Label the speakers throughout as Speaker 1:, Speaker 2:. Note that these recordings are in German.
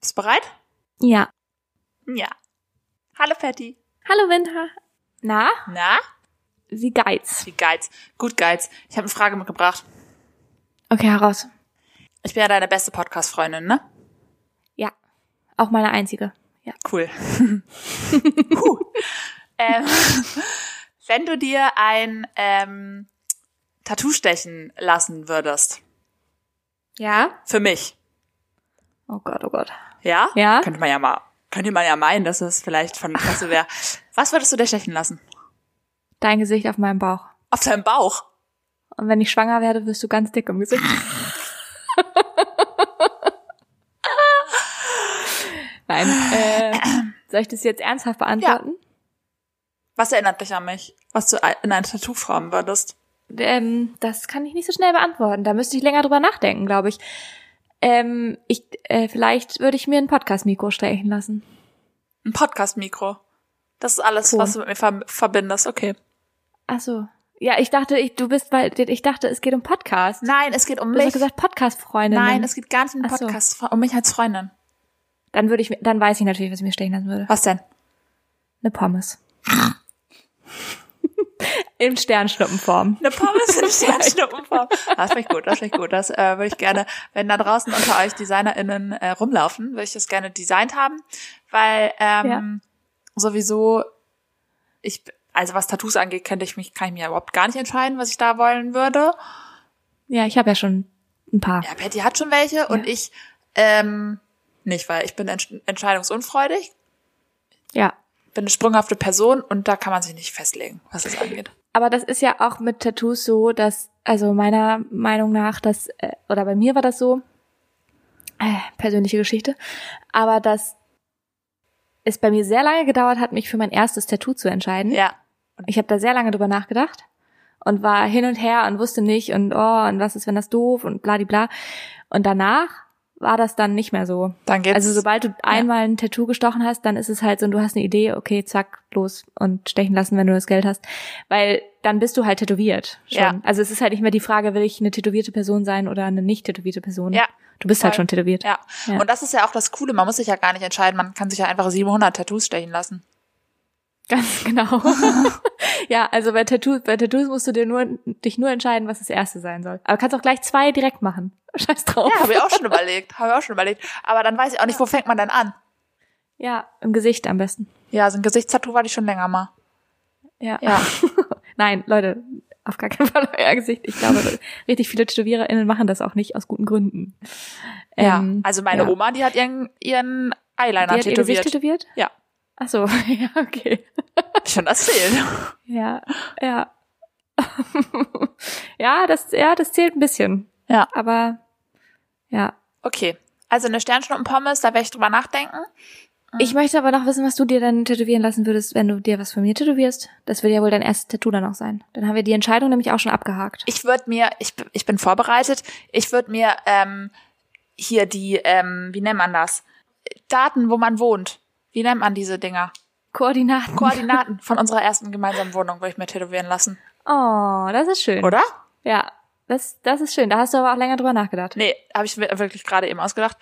Speaker 1: Bist bereit?
Speaker 2: Ja.
Speaker 1: Ja. Hallo Patty.
Speaker 2: Hallo Winter. Na,
Speaker 1: Na?
Speaker 2: wie geht's?
Speaker 1: Wie geil's. Gut geil's. Ich habe eine Frage mitgebracht.
Speaker 2: Okay, heraus.
Speaker 1: Ich bin ja deine beste Podcast-Freundin, ne?
Speaker 2: Ja. Auch meine einzige. Ja.
Speaker 1: Cool. Huh. ähm, wenn du dir ein ähm, Tattoo stechen lassen würdest,
Speaker 2: Ja?
Speaker 1: für mich,
Speaker 2: Oh Gott, oh Gott.
Speaker 1: ja?
Speaker 2: Ja?
Speaker 1: Könnte man ja mal, könnte man ja meinen, dass es vielleicht von Interesse wäre. Was würdest du dir stechen lassen?
Speaker 2: Dein Gesicht auf meinem Bauch.
Speaker 1: Auf deinem Bauch?
Speaker 2: Und wenn ich schwanger werde, wirst du ganz dick im Gesicht. Nein. Äh, soll ich das jetzt ernsthaft beantworten?
Speaker 1: Was erinnert dich an mich? Was du in ein Tattoo formen würdest?
Speaker 2: Ähm, das kann ich nicht so schnell beantworten. Da müsste ich länger drüber nachdenken, glaube ich. Ähm, ich äh, vielleicht würde ich mir ein Podcast-Mikro stechen lassen.
Speaker 1: Ein Podcast-Mikro. Das ist alles,
Speaker 2: Cool.
Speaker 1: was du mit mir ver verbindest. Okay.
Speaker 2: Ach so. Ja, ich dachte, ich, du bist, weil ich dachte, es geht um Podcast.
Speaker 1: Nein, es geht um
Speaker 2: du hast
Speaker 1: mich.
Speaker 2: doch gesagt Podcast-Freundin.
Speaker 1: Nein, es geht gar nicht um den
Speaker 2: Ach so.
Speaker 1: Podcast, um mich als Freundin.
Speaker 2: dann würde ich, mir- dann weiß ich natürlich, was ich mir stechen lassen würde.
Speaker 1: Was denn?
Speaker 2: Eine Pommes. In Sternschnuppenform.
Speaker 1: Eine Pommes in Sternschnuppenform. Ah, Das finde ich gut, das finde ich gut. Das äh, würde ich gerne, wenn da draußen unter euch DesignerInnen äh, rumlaufen, würde ich das gerne designt haben, weil ähm, sowieso ich, also was Tattoos angeht, könnte ich mich, kann ich mir überhaupt gar nicht entscheiden, was ich da wollen würde.
Speaker 2: Ja, ich habe ja schon ein paar.
Speaker 1: Ja, Patty hat schon welche und ich ähm, nicht, weil ich bin entsch entscheidungsunfreudig,
Speaker 2: Ja.
Speaker 1: bin eine sprunghafte Person und da kann man sich nicht festlegen, was das angeht.
Speaker 2: Aber das ist ja auch mit Tattoos so, dass, also meiner Meinung nach, dass, äh, oder bei mir war das so, äh, persönliche Geschichte, aber dass es bei mir sehr lange gedauert hat, mich für mein erstes Tattoo zu entscheiden.
Speaker 1: Ja.
Speaker 2: Ich habe da sehr lange drüber nachgedacht und war hin und her und wusste nicht und oh, und was ist, wenn das doof und bladibla. Und danach war das dann nicht mehr so.
Speaker 1: Dann geht's.
Speaker 2: also sobald du einmal ein Tattoo gestochen hast, dann ist es halt so, und du hast eine Idee, okay, zack, los und stechen lassen, wenn du das Geld hast. Weil dann bist du halt tätowiert. Schon.
Speaker 1: Ja.
Speaker 2: Also es ist halt nicht mehr die Frage, will ich eine tätowierte Person sein oder eine nicht tätowierte Person.
Speaker 1: Ja.
Speaker 2: Du bist halt
Speaker 1: Voll.
Speaker 2: schon tätowiert.
Speaker 1: um ja.
Speaker 2: Ja.
Speaker 1: Und das ist ja auch das Coole, man muss sich ja gar nicht entscheiden, man kann sich ja einfach 700 Tattoos stechen lassen.
Speaker 2: Ganz genau. ja, also bei Tattoos, bei Tattoos musst du dir nur, dich nur entscheiden, was das erste sein soll. Aber kannst auch gleich zwei direkt machen. Scheiß drauf.
Speaker 1: Ja, habe ich auch schon überlegt, habe ich auch schon überlegt. Aber dann weiß ich auch nicht, wo fängt man denn an?
Speaker 2: Ja, im Gesicht am besten.
Speaker 1: Ja, so ein Gesichtstattoo war ich schon länger mal.
Speaker 2: Ja.
Speaker 1: Ja.
Speaker 2: Nein, Leute, auf gar keinen Fall euer Gesicht. Ich glaube, richtig viele TätowiererInnen machen das auch nicht aus guten Gründen. Ähm,
Speaker 1: ja. Also meine
Speaker 2: ja.
Speaker 1: Oma, die hat ihren, ihren Eyeliner
Speaker 2: Die hat ihr Gesicht
Speaker 1: tätowiert.
Speaker 2: tätowiert?
Speaker 1: Ja.
Speaker 2: Ach so, ja, okay.
Speaker 1: schon erzählt.
Speaker 2: Ja, ja. ja, das, ja, das zählt ein bisschen.
Speaker 1: Ja.
Speaker 2: Aber, ja.
Speaker 1: Okay. Also eine Sternschnuppenpommes, da werde ich drüber nachdenken.
Speaker 2: Ich möchte aber noch wissen, was du dir dann tätowieren lassen würdest, wenn du dir was von mir tätowierst. Das wird ja wohl dein erstes Tattoo dann auch sein. Dann haben wir die Entscheidung nämlich auch schon abgehakt.
Speaker 1: Ich würde mir, ich, b- ich bin vorbereitet, ich würde mir ähm, hier die, ähm, wie nennt man das? Daten, wo man wohnt. Wie nennt man diese Dinger?
Speaker 2: Koordinaten.
Speaker 1: Koordinaten von unserer ersten gemeinsamen Wohnung würde ich mir tätowieren lassen.
Speaker 2: oh, das ist schön.
Speaker 1: Oder?
Speaker 2: Ja, das, das ist schön. Da hast du aber auch länger drüber nachgedacht.
Speaker 1: Nee, habe ich mir wirklich gerade eben ausgedacht.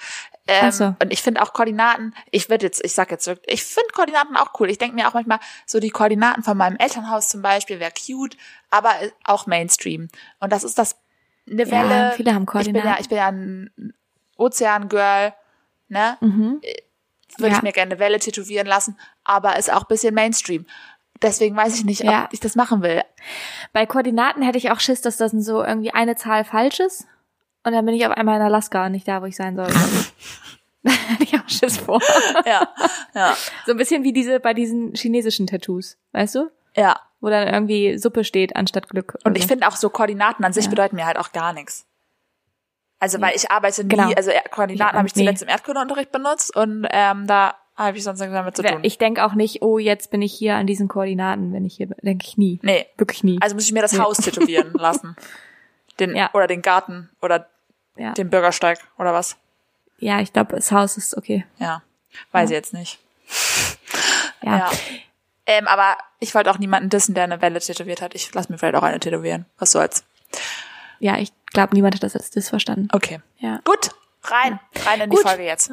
Speaker 1: Ähm,
Speaker 2: Ach so.
Speaker 1: Und ich finde auch Koordinaten, ich würde jetzt, ich sag jetzt wirklich, ich finde Koordinaten auch cool. Ich denke mir auch manchmal, so die Koordinaten von meinem Elternhaus zum Beispiel wäre cute, aber äh, auch Mainstream. Und das ist das, eine
Speaker 2: Ja,
Speaker 1: Welle.
Speaker 2: viele haben
Speaker 1: Ich bin ja,
Speaker 2: Koordinaten.
Speaker 1: ich bin ja ein Ozean-Girl, ne?
Speaker 2: Mhm.
Speaker 1: Würde ich
Speaker 2: Ja.
Speaker 1: mir gerne eine Welle tätowieren lassen, aber ist auch ein bisschen Mainstream. Deswegen weiß ich nicht, ob
Speaker 2: Ja.
Speaker 1: ich das machen will.
Speaker 2: Bei Koordinaten hätte ich auch Schiss, dass das so irgendwie eine Zahl falsch ist. Und dann bin ich auf einmal in Alaska und nicht da, wo ich sein soll. da hätte ich auch Schiss vor.
Speaker 1: Ja, ja,
Speaker 2: So ein bisschen wie diese bei diesen chinesischen Tattoos, weißt du?
Speaker 1: ja.
Speaker 2: Wo dann irgendwie Suppe steht anstatt Glück.
Speaker 1: Und
Speaker 2: oder
Speaker 1: ich
Speaker 2: so.
Speaker 1: finde auch so Koordinaten an sich
Speaker 2: Ja.
Speaker 1: bedeuten mir halt auch gar nichts. Also weil ich arbeite nie,
Speaker 2: Genau.
Speaker 1: also Er- Koordinaten
Speaker 2: Ja,
Speaker 1: habe ich
Speaker 2: nee.
Speaker 1: zuletzt im Erdkundeunterricht benutzt und ähm, da habe ich sonst nichts damit zu tun.
Speaker 2: Ich denke auch nicht, oh, jetzt bin ich hier an diesen Koordinaten, wenn ich hier bin. Denke ich nie.
Speaker 1: nee,
Speaker 2: Wirklich nie.
Speaker 1: also muss ich mir das
Speaker 2: Nee.
Speaker 1: Haus tätowieren lassen. Den,
Speaker 2: Ja.
Speaker 1: Oder den Garten oder
Speaker 2: ja.
Speaker 1: den Bürgersteig oder was.
Speaker 2: ja, ich glaube, das Haus ist okay.
Speaker 1: Ja, weiß ich jetzt nicht.
Speaker 2: Ja.
Speaker 1: Ja. Ähm, aber ich wollte auch niemanden dissen, der eine Welle tätowiert hat. Ich lasse mir vielleicht auch eine tätowieren. Was soll's.
Speaker 2: Ja, ich glaube, niemand hat das als das verstanden.
Speaker 1: Okay.
Speaker 2: Ja.
Speaker 1: Gut, rein. Rein in
Speaker 2: Gut.
Speaker 1: die Folge jetzt.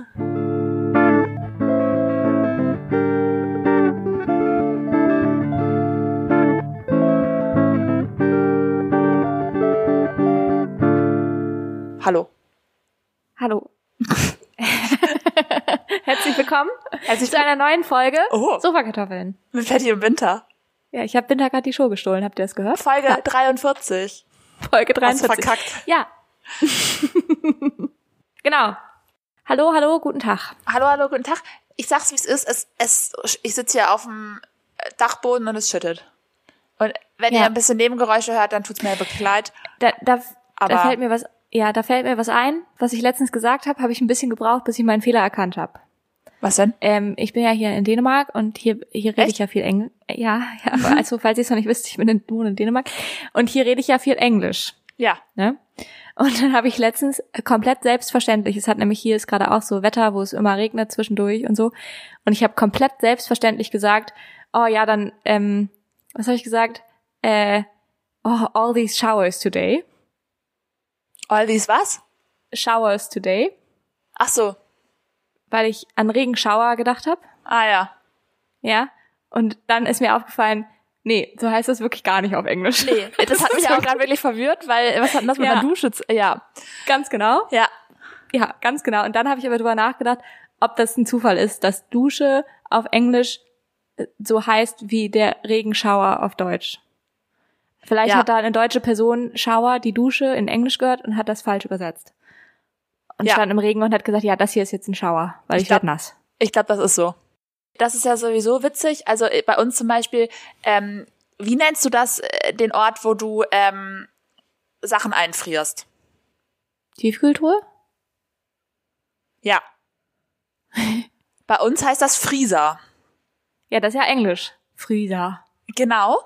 Speaker 2: Herzlich willkommen
Speaker 1: Herzlich
Speaker 2: zu einer neuen Folge
Speaker 1: Oh.
Speaker 2: Sofakartoffeln.
Speaker 1: mit Patty im Winter.
Speaker 2: Ja, ich habe Winter gerade die Show gestohlen, habt ihr das gehört?
Speaker 1: Folge 43.
Speaker 2: Folge
Speaker 1: Hast du
Speaker 2: 43.
Speaker 1: verkackt.
Speaker 2: Ja. genau. Hallo, hallo, guten Tag.
Speaker 1: Hallo, hallo, guten Tag. Ich sag's, wie's ist. Es, es, ich sitze hier auf dem äh, Dachboden und es schüttet. Und wenn
Speaker 2: Ja.
Speaker 1: ihr ein bisschen Nebengeräusche hört, dann tut's mir wirklich leid.
Speaker 2: Da, da,
Speaker 1: Aber-
Speaker 2: da fällt mir was, ja, da fällt mir was ein. Was ich letztens gesagt habe, habe ich ein bisschen gebraucht, bis ich meinen Fehler erkannt habe.
Speaker 1: Was denn?
Speaker 2: Ähm, ich bin ja hier in Dänemark und hier, hier rede
Speaker 1: Echt?
Speaker 2: ich ja viel Englisch. Ja, ja, aber also, falls ihr es noch nicht wisst, ich bin in, wohne in Dänemark. Und hier rede ich ja viel Englisch.
Speaker 1: Ja.
Speaker 2: Ne? Und dann habe ich letztens komplett selbstverständlich, es hat nämlich hier ist gerade auch so Wetter, wo es immer regnet zwischendurch und so. Und ich habe komplett selbstverständlich gesagt, oh ja, dann, ähm, was habe ich gesagt? Äh, oh, all these showers today.
Speaker 1: All dies was?
Speaker 2: Showers today,
Speaker 1: Ach so.
Speaker 2: weil ich an Regenschauer gedacht habe.
Speaker 1: Ah ja.
Speaker 2: Ja. Und dann ist mir aufgefallen, nee, so heißt das wirklich gar nicht auf Englisch.
Speaker 1: Nee, das hat mich
Speaker 2: ist
Speaker 1: auch gerade wirklich verwirrt, weil was hat denn das mit
Speaker 2: Ja.
Speaker 1: einer Dusche zu... Ja.
Speaker 2: ganz genau.
Speaker 1: Ja.
Speaker 2: Ja, ganz genau. Und dann habe ich aber drüber nachgedacht, ob das ein Zufall ist, dass Dusche auf Englisch äh, so heißt wie der Regenschauer auf Deutsch. Vielleicht
Speaker 1: Ja.
Speaker 2: hat da eine deutsche Person Schauer, die Dusche in Englisch gehört und hat das falsch übersetzt. Und
Speaker 1: Ja.
Speaker 2: stand im Regen und hat gesagt, ja, das hier ist jetzt ein Schauer, weil
Speaker 1: Ich
Speaker 2: ich,
Speaker 1: glaub-
Speaker 2: werd nass.
Speaker 1: Ich glaube, das ist so. Das ist ja sowieso witzig. Also äh, bei uns zum Beispiel, ähm, wie nennst du das, äh, den Ort, wo du ähm, Sachen einfrierst?
Speaker 2: Tiefkühltruhe?
Speaker 1: Ja. bei uns heißt das Frieser.
Speaker 2: Ja, das ist ja Englisch. Freezer.
Speaker 1: Genau.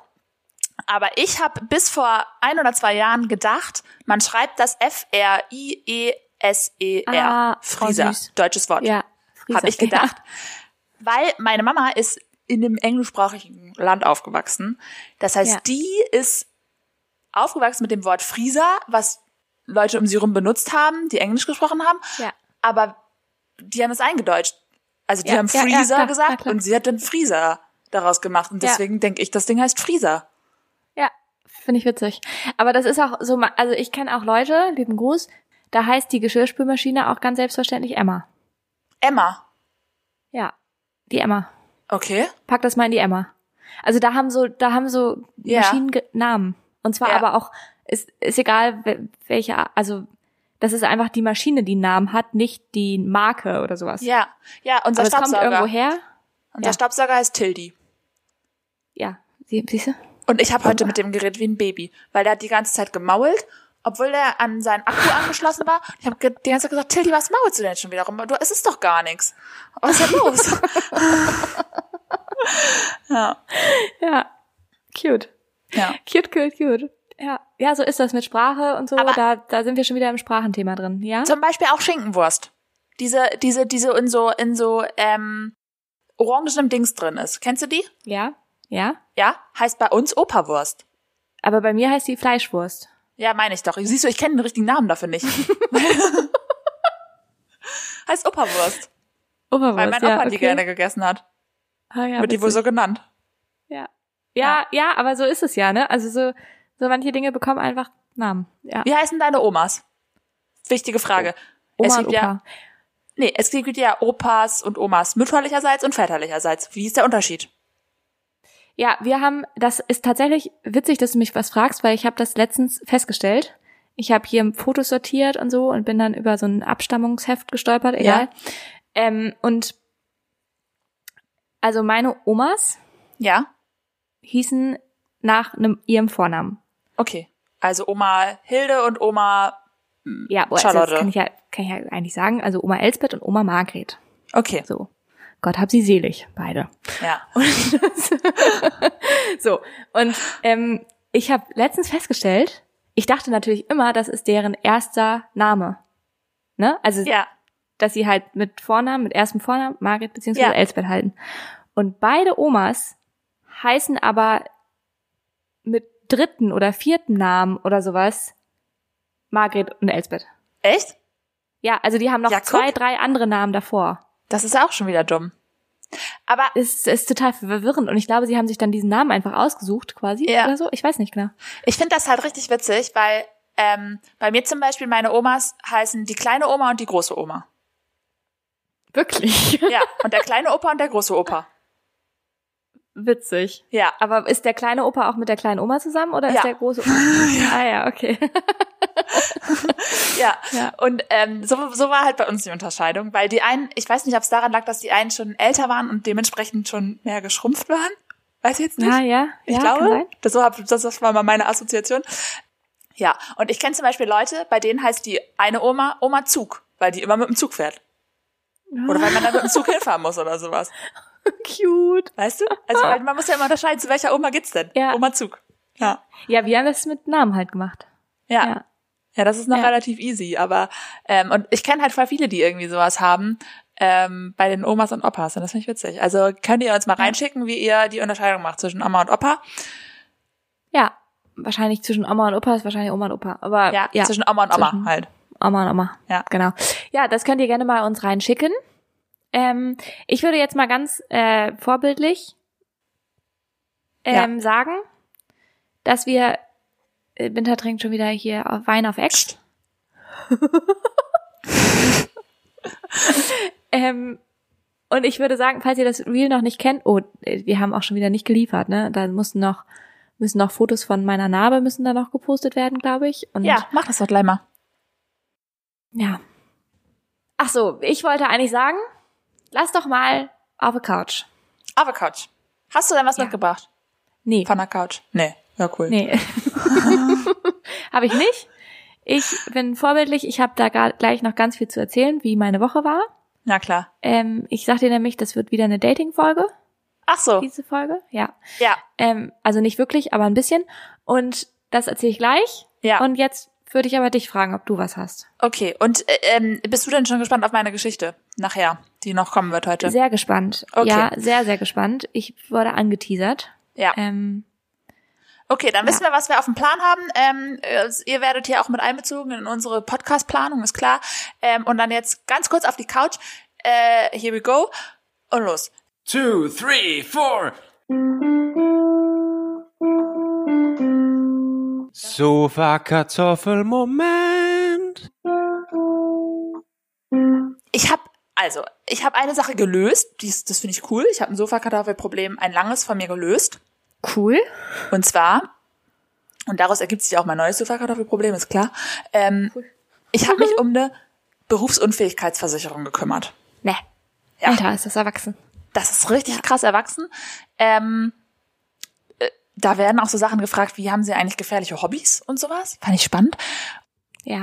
Speaker 1: Aber ich habe bis vor ein oder zwei Jahren gedacht, man schreibt das E F-R-I-E-S-E-R.
Speaker 2: Ah, oh,
Speaker 1: Frieser.
Speaker 2: süß.
Speaker 1: Deutsches Wort.
Speaker 2: Ja, Freezer.
Speaker 1: Habe ich gedacht. Weil meine Mama ist in einem englischsprachigen Land aufgewachsen. Das heißt,
Speaker 2: Ja.
Speaker 1: die ist aufgewachsen mit dem Wort Frieser, was Leute um sie rum benutzt haben, die Englisch gesprochen haben.
Speaker 2: Ja.
Speaker 1: Aber die haben es eingedeutscht. Also die
Speaker 2: Ja,
Speaker 1: haben
Speaker 2: ja, ja,
Speaker 1: Freezer
Speaker 2: klar, na
Speaker 1: gesagt
Speaker 2: klar.
Speaker 1: und sie hat dann Frieser daraus gemacht. Und
Speaker 2: Ja.
Speaker 1: deswegen denke ich, das Ding heißt Frieser.
Speaker 2: Ja, finde ich witzig. Aber das ist auch so, ma- also ich kenne auch Leute, lieben Gruß, da heißt die Geschirrspülmaschine auch ganz selbstverständlich Emma.
Speaker 1: Emma.
Speaker 2: Ja, die Emma.
Speaker 1: Okay.
Speaker 2: Pack das mal in die Emma. Also da haben so, da haben so
Speaker 1: Ja.
Speaker 2: Maschinen ge- Namen. Und zwar
Speaker 1: Ja.
Speaker 2: aber auch, ist, ist egal wel- welche, Ar- also das ist einfach die Maschine, die einen Namen hat, nicht die Marke oder sowas.
Speaker 1: Ja. Ja, unser
Speaker 2: aber es kommt
Speaker 1: Staubsauger.
Speaker 2: irgendwo her.
Speaker 1: Unser
Speaker 2: Ja.
Speaker 1: Staubsauger heißt Tildi.
Speaker 2: Ja, Sie, siehst du?
Speaker 1: Und ich habe heute mit dem Gerät wie ein Baby, weil der hat die ganze Zeit gemault, obwohl der an seinen Akku angeschlossen war. Ich habe die ganze Zeit gesagt, Tilly, was maulst du denn schon wieder rum? Du, es ist doch gar nichts. Was ist denn los? ja.
Speaker 2: Ja, cute.
Speaker 1: ja.
Speaker 2: Cute, cute, cute. Ja, ja, so ist das mit Sprache und so.
Speaker 1: Aber-
Speaker 2: da, da sind wir schon wieder im Sprachenthema drin, ja?
Speaker 1: Zum Beispiel auch Schinkenwurst. Diese, diese, diese in so, in so, ähm, orangenem Dings drin ist. Kennst du die?
Speaker 2: Ja, ja.
Speaker 1: Ja? Heißt bei uns Operwurst.
Speaker 2: Aber bei mir heißt die Fleischwurst.
Speaker 1: Ja, meine ich doch. Siehst du, ich kenne den richtigen Namen dafür nicht. heißt Operwurst,
Speaker 2: Oberwurst,
Speaker 1: weil mein
Speaker 2: ja,
Speaker 1: Opa
Speaker 2: okay.
Speaker 1: die gerne gegessen hat.
Speaker 2: ah, ja,
Speaker 1: Wird die wohl
Speaker 2: witzig.
Speaker 1: so genannt.
Speaker 2: ja. Ja, ja, aber so ist es ja, ne? Also so, so manche Dinge bekommen einfach Namen. Ja.
Speaker 1: Wie heißen deine Omas? Wichtige Frage. es
Speaker 2: Oma und
Speaker 1: gibt
Speaker 2: Opa.
Speaker 1: ja, nee, es gibt ja Opas und Omas, mütterlicherseits und väterlicherseits. Wie ist der Unterschied?
Speaker 2: Ja, wir haben, das ist tatsächlich witzig, dass du mich was fragst, weil ich habe das letztens festgestellt. Ich habe hier Fotos sortiert und so und bin dann über so ein Abstammungsheft gestolpert, egal. Ähm, und also meine Omas
Speaker 1: Ja,
Speaker 2: hießen nach einem, ihrem Vornamen.
Speaker 1: okay. Also Oma Hilde und Oma,
Speaker 2: Ja, boah, also
Speaker 1: Charlotte.
Speaker 2: das kann ich, ja, kann ich ja eigentlich sagen. Also Oma Elsbeth und Oma Margret.
Speaker 1: okay,
Speaker 2: So. Gott hab sie selig, beide.
Speaker 1: ja.
Speaker 2: Und das, so, und ähm, ich habe letztens festgestellt, ich dachte natürlich immer, das ist deren erster Name. Ne? Also,
Speaker 1: Ja,
Speaker 2: dass sie halt mit Vornamen, mit erstem Vornamen Margret beziehungsweise
Speaker 1: Ja.
Speaker 2: Elsbeth halten. Und beide Omas heißen aber mit dritten oder vierten Namen oder sowas Margret und Elsbeth.
Speaker 1: echt?
Speaker 2: Ja, also die haben noch
Speaker 1: Ja, guck.
Speaker 2: zwei, drei andere Namen davor.
Speaker 1: Das ist ja auch schon wieder dumm. Aber
Speaker 2: Es ist total verwirrend und ich glaube, sie haben sich dann diesen Namen einfach ausgesucht quasi
Speaker 1: Ja.
Speaker 2: oder so. Ich weiß nicht genau.
Speaker 1: ich finde das halt richtig witzig, weil ähm, bei mir zum Beispiel meine Omas heißen die kleine Oma und die große Oma.
Speaker 2: Wirklich?
Speaker 1: Ja, und der kleine Opa und der große Opa.
Speaker 2: Witzig.
Speaker 1: Ja.
Speaker 2: Aber ist der kleine Opa auch mit der kleinen Oma zusammen oder
Speaker 1: Ja.
Speaker 2: ist der große Opa? ja. Ah ja, okay.
Speaker 1: Ja.
Speaker 2: Ja.
Speaker 1: Und ähm, so, so war halt bei uns die Unterscheidung, weil die einen, ich weiß nicht, ob es daran lag, dass die einen schon älter waren und dementsprechend schon mehr geschrumpft waren. Weiß ich jetzt nicht.
Speaker 2: Ah ja,
Speaker 1: Ich
Speaker 2: ja, kann
Speaker 1: glaube,
Speaker 2: sein.
Speaker 1: das, so hab, das, das war mal meine Assoziation. Ja, und ich kenne zum Beispiel Leute, bei denen heißt die eine Oma Oma Zug, weil die immer mit dem Zug fährt. Oder weil man dann mit dem Zug hinfahren muss oder sowas.
Speaker 2: Cute.
Speaker 1: Weißt du? Also weil man muss ja immer unterscheiden, zu welcher Oma geht's denn?
Speaker 2: Ja.
Speaker 1: Oma Zug. Ja.
Speaker 2: Ja, wir haben das mit Namen halt gemacht.
Speaker 1: Ja. ja.
Speaker 2: Ja.
Speaker 1: das ist noch
Speaker 2: Ja.
Speaker 1: relativ easy, aber ähm, und ich kenne halt voll viele, die irgendwie sowas haben ähm, bei den Omas und Opas und das finde ich witzig. Also könnt ihr uns mal reinschicken, wie ihr die Unterscheidung macht zwischen Oma und Opa?
Speaker 2: Ja, wahrscheinlich zwischen Oma und Opa ist wahrscheinlich Oma und Opa. Aber
Speaker 1: Ja,
Speaker 2: ja, ja
Speaker 1: Äh, zwischen Oma und Oma
Speaker 2: Zwischen-
Speaker 1: halt.
Speaker 2: Oma und Oma.
Speaker 1: Ja.
Speaker 2: Genau. Ja, das könnt ihr gerne mal uns reinschicken. Ähm, ich würde jetzt mal ganz äh, vorbildlich ähm, sagen, dass wir äh, Winter trinkt schon wieder hier auf Wein auf Ex. ähm, und ich würde sagen, falls ihr das Reel noch nicht kennt, oh, äh, wir haben auch schon wieder nicht geliefert, ne? Da mussten noch müssen noch Fotos von meiner Narbe müssen da noch gepostet werden, glaube ich. Und
Speaker 1: Ja, mach das doch gleich mal.
Speaker 2: ja. Ach so, ich wollte eigentlich sagen, lass doch mal auf der Couch.
Speaker 1: Aber Couch. Hast du denn was
Speaker 2: Ja.
Speaker 1: mitgebracht?
Speaker 2: Nee.
Speaker 1: Von der Couch? Nee. Ja, cool.
Speaker 2: Nee. habe ich nicht. Ich bin vorbildlich. Ich habe da gar, gleich noch ganz viel zu erzählen, wie meine Woche war.
Speaker 1: Na klar.
Speaker 2: Ähm, ich sagte dir nämlich, das wird wieder eine Dating-Folge,
Speaker 1: Ach so.
Speaker 2: diese Folge. Ja.
Speaker 1: Ja.
Speaker 2: Ähm, also nicht wirklich, aber ein bisschen. Und das erzähle ich gleich.
Speaker 1: Ja.
Speaker 2: Und jetzt würde ich aber dich fragen, ob du was hast.
Speaker 1: okay. Und äh, ähm, bist du denn schon gespannt auf meine Geschichte nachher, die noch kommen wird heute?
Speaker 2: Sehr gespannt.
Speaker 1: Okay.
Speaker 2: Ja, sehr, sehr gespannt. Ich wurde angeteasert.
Speaker 1: ja.
Speaker 2: Ähm,
Speaker 1: Okay, dann wissen wir, was wir auf dem Plan haben. Ähm, äh, ihr werdet hier auch mit einbezogen in unsere Podcast-Planung, ist klar. Ähm, und dann jetzt ganz kurz auf die Couch. Äh, here we go. Und los.
Speaker 3: two, three, four. Sofa-Kartoffel-Moment.
Speaker 1: Ich habe also, ich habe eine Sache gelöst. Dies, das finde ich cool. Ich habe ein Sofakartoffelproblem, ein langes von mir gelöst.
Speaker 2: cool.
Speaker 1: Und zwar, und daraus ergibt sich auch mein neues Sofakartoffelproblem, ist klar. Ähm, Ich habe mich um eine Berufsunfähigkeitsversicherung gekümmert.
Speaker 2: Ne.
Speaker 1: Ja.
Speaker 2: Alter, ist das erwachsen.
Speaker 1: Das ist richtig krass erwachsen. Ähm, äh, da werden auch so Sachen gefragt, wie haben sie eigentlich gefährliche Hobbys und sowas? Fand ich spannend.
Speaker 2: Ja.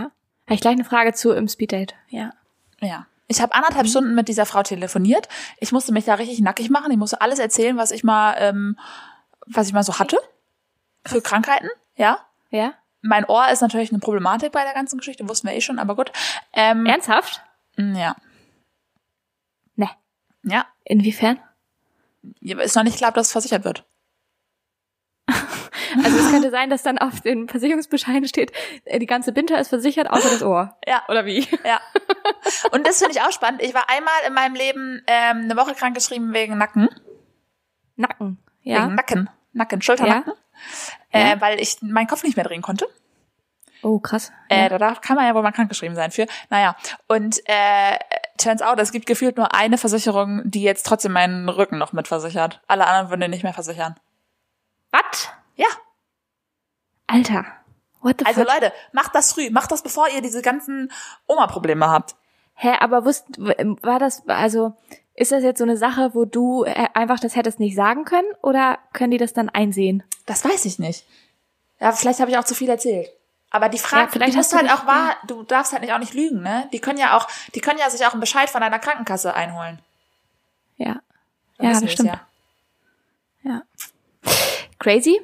Speaker 2: Habe ich gleich eine Frage zu im Speeddate. Ja.
Speaker 1: Ja. Ich habe anderthalb Stunden mit dieser Frau telefoniert. Ich musste mich da richtig nackig machen. Ich musste alles erzählen, was ich mal, ähm, was ich mal so hatte. Für Krankheiten, ja.
Speaker 2: Ja?
Speaker 1: Mein Ohr ist natürlich eine Problematik bei der ganzen Geschichte, wussten wir eh schon, aber gut. Ähm,
Speaker 2: Mhm. Ernsthaft?
Speaker 1: Ja.
Speaker 2: Ne.
Speaker 1: Ja.
Speaker 2: Inwiefern?
Speaker 1: Ja, Ist noch nicht klar, ob das versichert wird.
Speaker 2: Also es könnte sein, dass dann auf den Versicherungsbescheiden steht, äh, die ganze Binter ist versichert, außer das Ohr.
Speaker 1: Ja.
Speaker 2: Oder wie?
Speaker 1: Ja. Und das finde ich auch spannend. Ich war einmal in meinem Leben ähm, eine Woche krank geschrieben wegen Nacken.
Speaker 2: Nacken. Ja.
Speaker 1: Wegen Nacken. Nacken, Schulternacken.
Speaker 2: Ja.
Speaker 1: Äh, weil ich meinen Kopf nicht mehr drehen konnte.
Speaker 2: Oh, krass.
Speaker 1: Äh, da darf- kann man ja wohl mal krankgeschrieben sein für. Naja. Und äh, turns out, es gibt gefühlt nur eine Versicherung, die jetzt trotzdem meinen Rücken noch mitversichert. Alle anderen würden den nicht mehr versichern.
Speaker 2: Was?
Speaker 1: Ja,
Speaker 2: Alter. What the
Speaker 1: also
Speaker 2: fuck?
Speaker 1: Leute, macht das früh, macht das, bevor ihr diese ganzen Oma-Probleme habt.
Speaker 2: Hä, aber wusst, w- ähm, war das, also, ist das jetzt so eine Sache, wo du äh, einfach das hättest nicht sagen können oder können die das dann einsehen?
Speaker 1: Das weiß ich nicht. Ja, vielleicht habe ich auch zu viel erzählt. Aber die Frage,
Speaker 2: Ja, vielleicht
Speaker 1: du musst
Speaker 2: hast
Speaker 1: halt
Speaker 2: du
Speaker 1: auch
Speaker 2: dich-
Speaker 1: wahr, du darfst halt nicht auch nicht lügen, ne? Die können ja auch, die können ja sich auch einen Bescheid von deiner Krankenkasse einholen.
Speaker 2: Ja.
Speaker 1: Dann
Speaker 2: Ja,
Speaker 1: wissen
Speaker 2: das
Speaker 1: wir es
Speaker 2: stimmt. Crazy?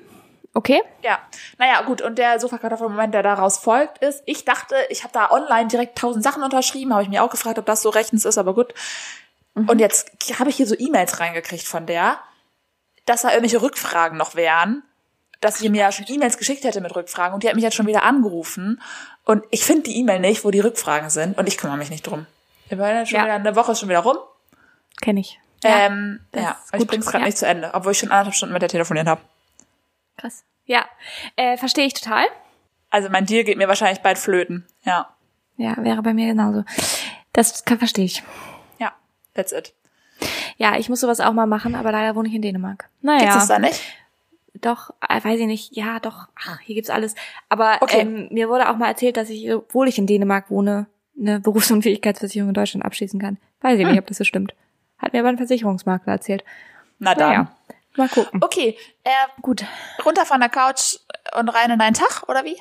Speaker 2: Okay.
Speaker 1: Ja. ja. Naja, gut, und der Sofakartoffelmoment, der daraus folgt, ist, ich dachte, ich habe da online direkt tausend Sachen unterschrieben, habe ich mir auch gefragt, ob das so rechtens ist, aber gut.
Speaker 2: Mhm.
Speaker 1: Und jetzt habe ich hier so E-Mails reingekriegt von der, dass da irgendwelche Rückfragen noch wären, dass sie mir ja schon E-Mails geschickt hätte mit Rückfragen und die hat mich jetzt schon wieder angerufen und ich finde die E-Mail nicht, wo die Rückfragen sind und ich kümmere mich nicht drum. Wir waren jetzt schon
Speaker 2: Ja.
Speaker 1: wieder, eine Woche ist schon wieder rum.
Speaker 2: Kenne ich.
Speaker 1: Ja, ähm,
Speaker 2: das
Speaker 1: ja.
Speaker 2: ist
Speaker 1: Und ich
Speaker 2: gut.
Speaker 1: bring's gerade
Speaker 2: Ja.
Speaker 1: nicht zu Ende, obwohl ich schon anderthalb Stunden mit der telefoniert habe.
Speaker 2: Krass. Ja, äh, verstehe ich total.
Speaker 1: Also mein Deal geht mir wahrscheinlich bald flöten. Ja.
Speaker 2: Ja, wäre bei mir genauso. Das kann, verstehe ich.
Speaker 1: Ja. That's it.
Speaker 2: Ja, ich muss sowas auch mal machen, aber leider wohne ich in Dänemark. Naja.
Speaker 1: Gibt's das da nicht?
Speaker 2: Doch, äh, weiß ich nicht. Ja, doch. Ach, hier gibt's alles. Aber
Speaker 1: Okay.
Speaker 2: ähm, mir wurde auch mal erzählt, dass ich, obwohl ich in Dänemark wohne, eine Berufsunfähigkeitsversicherung in Deutschland abschließen kann. Weiß ich nicht, ob das so stimmt. Hat mir aber ein Versicherungsmakler erzählt.
Speaker 1: Na dann.
Speaker 2: Naja, mal gucken.
Speaker 1: Okay, äh,
Speaker 2: Gut.
Speaker 1: runter von der Couch und rein in einen Tag, oder wie?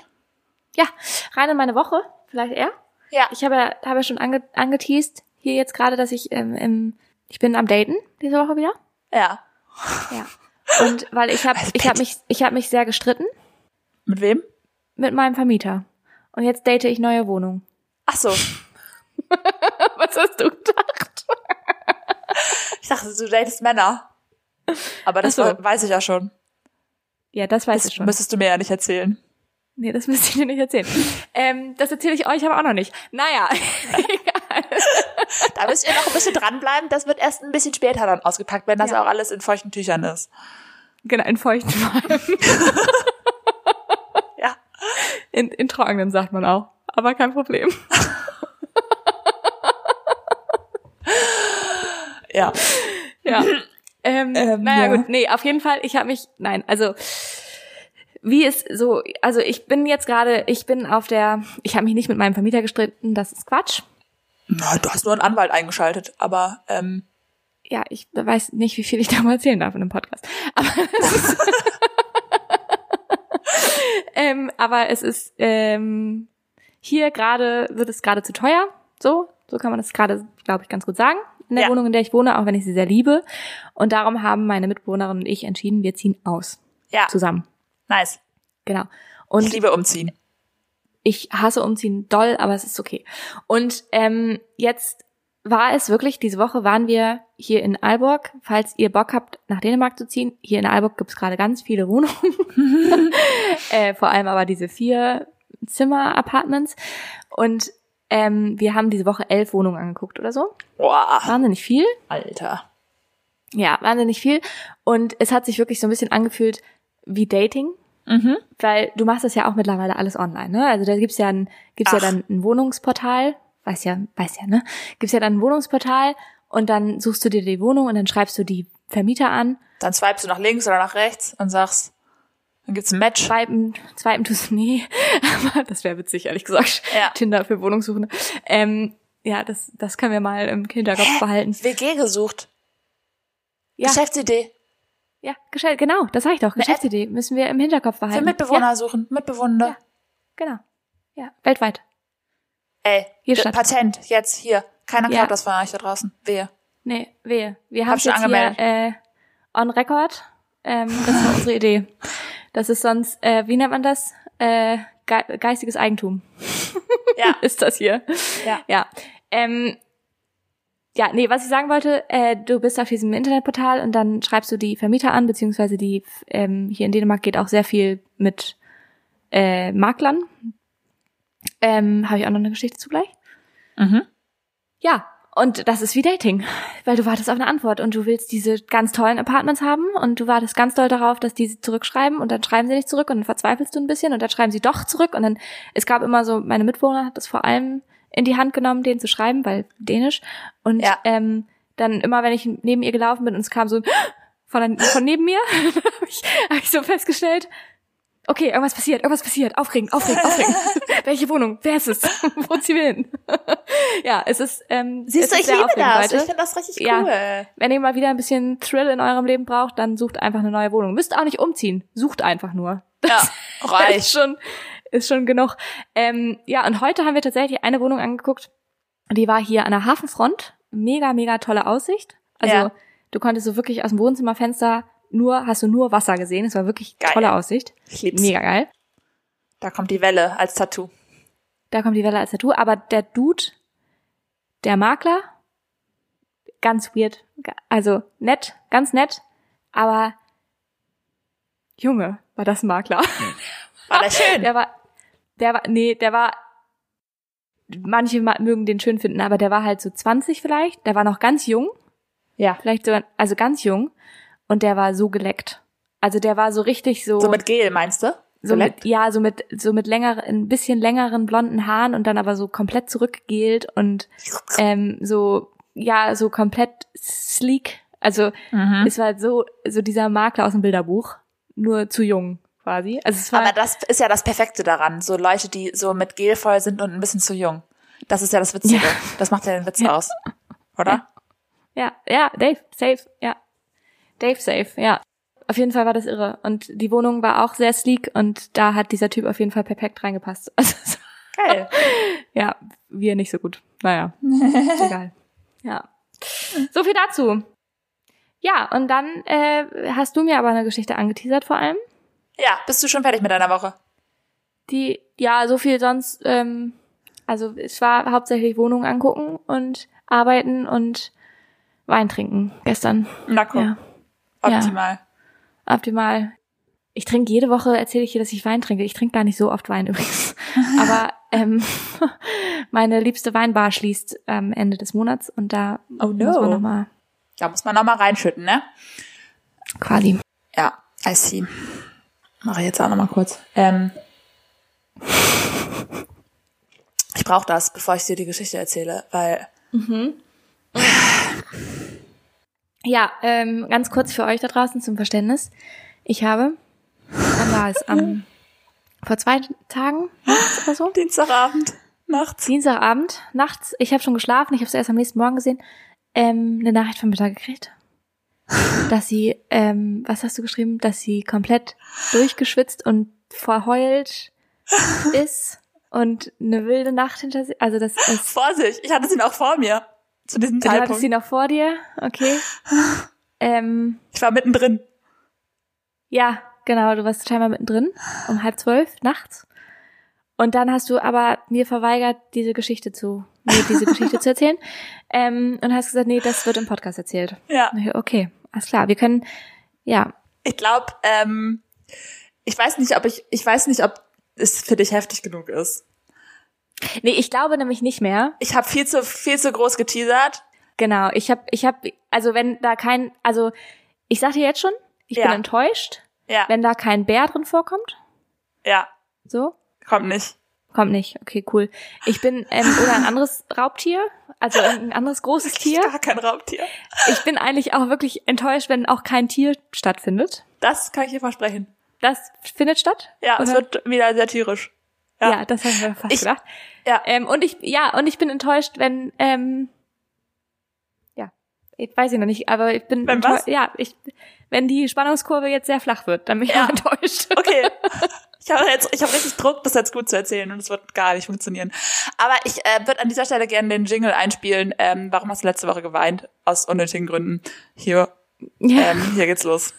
Speaker 2: Ja, rein in meine Woche, vielleicht eher.
Speaker 1: Ja.
Speaker 2: Ich habe ja, habe ja schon ange angeteased hier jetzt gerade, dass ich ähm, im, ich bin am Daten diese Woche wieder.
Speaker 1: Ja.
Speaker 2: Ja. Und weil ich habe ich habe mich ich habe mich sehr gestritten
Speaker 1: Mit wem?
Speaker 2: mit meinem Vermieter. Und jetzt date ich neue Wohnung.
Speaker 1: Ach so.
Speaker 2: Was hast du gedacht?
Speaker 1: Ich dachte, du datest Männer. Aber das
Speaker 2: Ach so.
Speaker 1: we- weiß ich ja schon.
Speaker 2: Ja, das weiß
Speaker 1: Das
Speaker 2: ich schon.
Speaker 1: müsstest du mir ja nicht erzählen.
Speaker 2: nee, das müsst ihr dir nicht erzählen. ähm, das erzähle ich euch aber auch noch nicht. Naja,
Speaker 1: Da müsst ihr noch ein bisschen dranbleiben. Das wird erst ein bisschen später dann ausgepackt, wenn das
Speaker 2: Ja.
Speaker 1: auch alles in feuchten Tüchern ist.
Speaker 2: genau, in feuchten Fall.
Speaker 1: Ja.
Speaker 2: In, in trockenen sagt man auch. Aber kein Problem.
Speaker 1: Ja.
Speaker 2: Ja. Ähm,
Speaker 1: Ähm,
Speaker 2: naja,
Speaker 1: ja.
Speaker 2: gut. Nee, auf jeden Fall, ich habe mich. Nein, also wie es so, also ich bin jetzt gerade, ich bin auf der, ich habe mich nicht mit meinem Vermieter gestritten, das ist Quatsch.
Speaker 1: Na, du hast nur einen Anwalt eingeschaltet, aber ähm,
Speaker 2: Ja, ich weiß nicht, wie viel ich da mal erzählen darf in einem Podcast. Aber, ähm, aber es ist ähm, hier gerade, wird es gerade zu teuer. So, so kann man das gerade, glaube ich, ganz gut sagen. In der
Speaker 1: Ja.
Speaker 2: Wohnung, in der ich wohne, auch wenn ich sie sehr liebe. Und darum haben meine Mitbewohnerin und ich entschieden, wir ziehen aus.
Speaker 1: ja,
Speaker 2: zusammen.
Speaker 1: nice.
Speaker 2: Genau.
Speaker 1: Ich
Speaker 2: Und
Speaker 1: liebe umziehen.
Speaker 2: ich hasse umziehen doll, aber es ist okay. Und ähm, jetzt war es wirklich, diese Woche waren wir hier in Aalborg. Falls ihr Bock habt, nach Dänemark zu ziehen, hier in Aalborg gibt's gerade ganz viele Wohnungen. äh, vor allem aber diese vier Zimmer-Apartments. Und ähm, wir haben diese Woche elf Wohnungen angeguckt oder so.
Speaker 1: Boah,
Speaker 2: Wahnsinnig viel.
Speaker 1: Alter.
Speaker 2: Ja, wahnsinnig viel. Und es hat sich wirklich so ein bisschen angefühlt wie Dating.
Speaker 1: Mhm.
Speaker 2: weil du machst das ja auch mittlerweile alles online, ne? Also da gibt's ja ein, gibt's
Speaker 1: Ach.
Speaker 2: ja dann ein Wohnungsportal, weiß ja, weiß ja, ne? Gibt's ja dann ein Wohnungsportal und dann suchst du dir die Wohnung und dann schreibst du die Vermieter an.
Speaker 1: Dann swipest du nach links oder nach rechts und sagst, dann gibt's ein Match.
Speaker 2: Zweiten, zweiten tust du nie, aber das wäre witzig, ehrlich gesagt.
Speaker 1: Ja.
Speaker 2: Tinder für Wohnungssuchende. Ähm, ja, das, das können wir mal im Hinterkopf behalten.
Speaker 1: WG gesucht.
Speaker 2: Ja.
Speaker 1: Geschäftsidee.
Speaker 2: Ja, Geschäft, genau, das sag ich doch. Geschäftsidee müssen wir im Hinterkopf behalten.
Speaker 1: Für Mitbewohner suchen. Mitbewohner.
Speaker 2: Ja. Ja, genau. Ja, weltweit.
Speaker 1: Ey,
Speaker 2: Hier
Speaker 1: d-
Speaker 2: statt.
Speaker 1: Patent, jetzt, hier. Keiner
Speaker 2: Ja.
Speaker 1: glaubt das von euch da draußen. Wehe.
Speaker 2: Nee, wehe. Wir haben
Speaker 1: schon
Speaker 2: jetzt hier
Speaker 1: angemeldet.
Speaker 2: äh, on record. Ähm, das war unsere Idee. Das ist sonst, äh, wie nennt man das? Äh, ge geistiges Eigentum
Speaker 1: Ja,
Speaker 2: ist das hier.
Speaker 1: Ja.
Speaker 2: Ja. Ähm, ja, nee, was ich sagen wollte, äh, du bist auf diesem Internetportal und dann schreibst du die Vermieter an, beziehungsweise die, ähm, hier in Dänemark geht auch sehr viel mit äh, Maklern. Ähm, Habe ich auch noch eine Geschichte zugleich?
Speaker 1: mhm.
Speaker 2: Ja, und das ist wie Dating, weil du wartest auf eine Antwort und du willst diese ganz tollen Apartments haben und du wartest ganz doll darauf, dass die sie zurückschreiben und dann schreiben sie nicht zurück und dann verzweifelst du ein bisschen und dann schreiben sie doch zurück und dann, es gab immer so, meine Mitbewohner hat das vor allem in die Hand genommen, den zu schreiben, weil dänisch und
Speaker 1: Ja.
Speaker 2: ähm, dann immer, wenn ich neben ihr gelaufen bin und es kam so ein von, von neben mir, habe ich, hab ich so festgestellt, okay, irgendwas passiert, irgendwas passiert, aufregend, aufregend, aufregend. Welche Wohnung, wer ist es, wo ziehen wir hin? ja, es ist, ähm,
Speaker 1: Siehst
Speaker 2: es
Speaker 1: du,
Speaker 2: ist
Speaker 1: ich
Speaker 2: sehr
Speaker 1: liebe
Speaker 2: aufregend,
Speaker 1: das. Ich
Speaker 2: Leute.
Speaker 1: finde das richtig
Speaker 2: Ja.
Speaker 1: cool.
Speaker 2: Wenn ihr mal wieder ein bisschen Thrill in eurem Leben braucht, dann sucht einfach eine neue Wohnung. Müsst auch nicht umziehen, sucht einfach nur.
Speaker 1: Ja,
Speaker 2: Ist
Speaker 1: reicht.
Speaker 2: schon, ist schon genug. Ähm, ja, und heute haben wir tatsächlich eine Wohnung angeguckt. Die war hier an der Hafenfront. Mega, mega tolle Aussicht. Also
Speaker 1: Ja.
Speaker 2: du konntest so wirklich aus dem Wohnzimmerfenster nur, hast du nur Wasser gesehen. Es war wirklich
Speaker 1: Geil.
Speaker 2: tolle Aussicht.
Speaker 1: Ich lieb's.
Speaker 2: Mega geil.
Speaker 1: Da kommt die Welle als Tattoo.
Speaker 2: Da kommt die Welle als Tattoo. Aber der Dude, der Makler, ganz weird. Ga- Also nett, ganz nett. Aber Junge, war das ein Makler.
Speaker 1: War
Speaker 2: Ah,
Speaker 1: das schön?
Speaker 2: Der war, der war, nee, der war, manche ma- mögen den schön finden, aber der war halt so 20 vielleicht, der war noch ganz jung,
Speaker 1: Ja.
Speaker 2: vielleicht sogar, also ganz jung, und der war so geleckt. Also der war so richtig so,
Speaker 1: So mit Gel, meinst du?
Speaker 2: so
Speaker 1: Geleckt?
Speaker 2: mit ja, so mit, so mit längeren, ein bisschen längeren blonden Haaren und dann aber so komplett zurückgegelt und ähm, so ja so komplett sleek. Also
Speaker 1: Mhm.
Speaker 2: es war halt so, so dieser Makler aus dem Bilderbuch, nur zu jung quasi. Also es war
Speaker 1: Aber das ist ja das Perfekte daran. So Leute, die so mit Gel voll sind und ein bisschen zu jung. Das ist ja das Witzige.
Speaker 2: Ja.
Speaker 1: Das macht ja den Witz
Speaker 2: Ja.
Speaker 1: aus. Oder?
Speaker 2: Ja, ja, Dave, safe, ja. Dave, safe, ja. Auf jeden Fall war das irre. Und die Wohnung war auch sehr sleek und da hat dieser Typ auf jeden Fall perfekt reingepasst. Also, es-
Speaker 1: Geil.
Speaker 2: ja, wir nicht so gut. Naja, egal. Ja. So viel dazu. Ja, und dann äh, hast du mir aber eine Geschichte angeteasert vor allem.
Speaker 1: Ja, bist du schon fertig mit deiner Woche?
Speaker 2: Die, ja, so viel sonst, ähm, also es war hauptsächlich Wohnungen angucken und arbeiten und Wein trinken gestern.
Speaker 1: Na guck,
Speaker 2: Ja.
Speaker 1: optimal.
Speaker 2: optimal. Ich trinke jede Woche, erzähle ich dir, dass ich Wein trinke. Ich trinke gar nicht so oft Wein übrigens. Aber ähm, meine liebste Weinbar schließt am Ende des Monats und da
Speaker 1: Oh
Speaker 2: muss man
Speaker 1: no.
Speaker 2: nochmal
Speaker 1: Da muss man nochmal reinschütten, ne?
Speaker 2: quasi.
Speaker 1: Ja, I see. Mache ich jetzt auch nochmal kurz. Ähm, ich brauche das, bevor ich dir die Geschichte erzähle, weil
Speaker 2: Ja, ähm, ganz kurz für euch da draußen zum Verständnis. Ich habe, wann war es? Am, vor zwei Tagen nachts oder so?
Speaker 1: Dienstagabend, nachts.
Speaker 2: Dienstagabend, nachts, ich habe schon geschlafen, ich habe es erst am nächsten Morgen gesehen, ähm, eine Nachricht vom Mittag gekriegt, dass sie, ähm, was hast du geschrieben, dass sie komplett durchgeschwitzt und verheult ist und eine wilde Nacht hinter sich, also das ist,
Speaker 1: Vorsicht, ich hatte sie noch vor mir. Zu diesem
Speaker 2: du hattest
Speaker 1: Zeitpunkt.
Speaker 2: sie noch vor dir, okay, ähm,
Speaker 1: Ich war mittendrin.
Speaker 2: Ja, genau, du warst scheinbar mittendrin, um halb zwölf nachts. Und dann hast du aber mir verweigert, diese Geschichte zu, mir diese Geschichte zu erzählen. Ähm, und hast gesagt, nee, das wird im Podcast erzählt.
Speaker 1: Ja.
Speaker 2: Und ich, Okay, alles klar, wir können, ja,
Speaker 1: Ich glaube, ähm, ich weiß nicht, ob ich, ich weiß nicht, ob es für dich heftig genug ist.
Speaker 2: nee, ich glaube nämlich nicht mehr.
Speaker 1: Ich habe viel zu, viel zu groß geteasert.
Speaker 2: Genau, ich habe, ich habe, also wenn da kein, also ich sag dir jetzt schon, ich
Speaker 1: Ja.
Speaker 2: bin enttäuscht,
Speaker 1: Ja,
Speaker 2: wenn da kein Bär drin vorkommt.
Speaker 1: ja,
Speaker 2: So,
Speaker 1: kommt nicht.
Speaker 2: kommt nicht. Okay, cool. Ich bin ähm, oder ein anderes Raubtier, also ein anderes großes Tier.
Speaker 1: Gar kein Raubtier.
Speaker 2: Ich bin eigentlich auch wirklich enttäuscht, wenn auch kein Tier stattfindet.
Speaker 1: Das kann ich dir versprechen.
Speaker 2: Das findet statt?
Speaker 1: Ja, es
Speaker 2: Oder?
Speaker 1: wird wieder sehr tierisch.
Speaker 2: Ja,
Speaker 1: ja.
Speaker 2: das haben wir fast
Speaker 1: Ich-
Speaker 2: gedacht.
Speaker 1: Ja.
Speaker 2: Ähm, und ich, ja, und ich bin enttäuscht, wenn, ähm, ja, ich weiß ich noch nicht, aber ich bin,
Speaker 1: Wenn
Speaker 2: enttäus-
Speaker 1: was?
Speaker 2: ja, ich, wenn die Spannungskurve jetzt sehr flach wird, dann bin ich
Speaker 1: Ja.
Speaker 2: auch enttäuscht.
Speaker 1: Okay. Ich habe jetzt, ich habe richtig Druck, das jetzt gut zu erzählen und es wird gar nicht funktionieren. Aber ich äh, würde an dieser Stelle gerne den Jingle einspielen. Ähm, warum hast du letzte Woche geweint? Aus unnötigen Gründen. Hier,
Speaker 2: Ja.
Speaker 1: ähm, hier geht's los.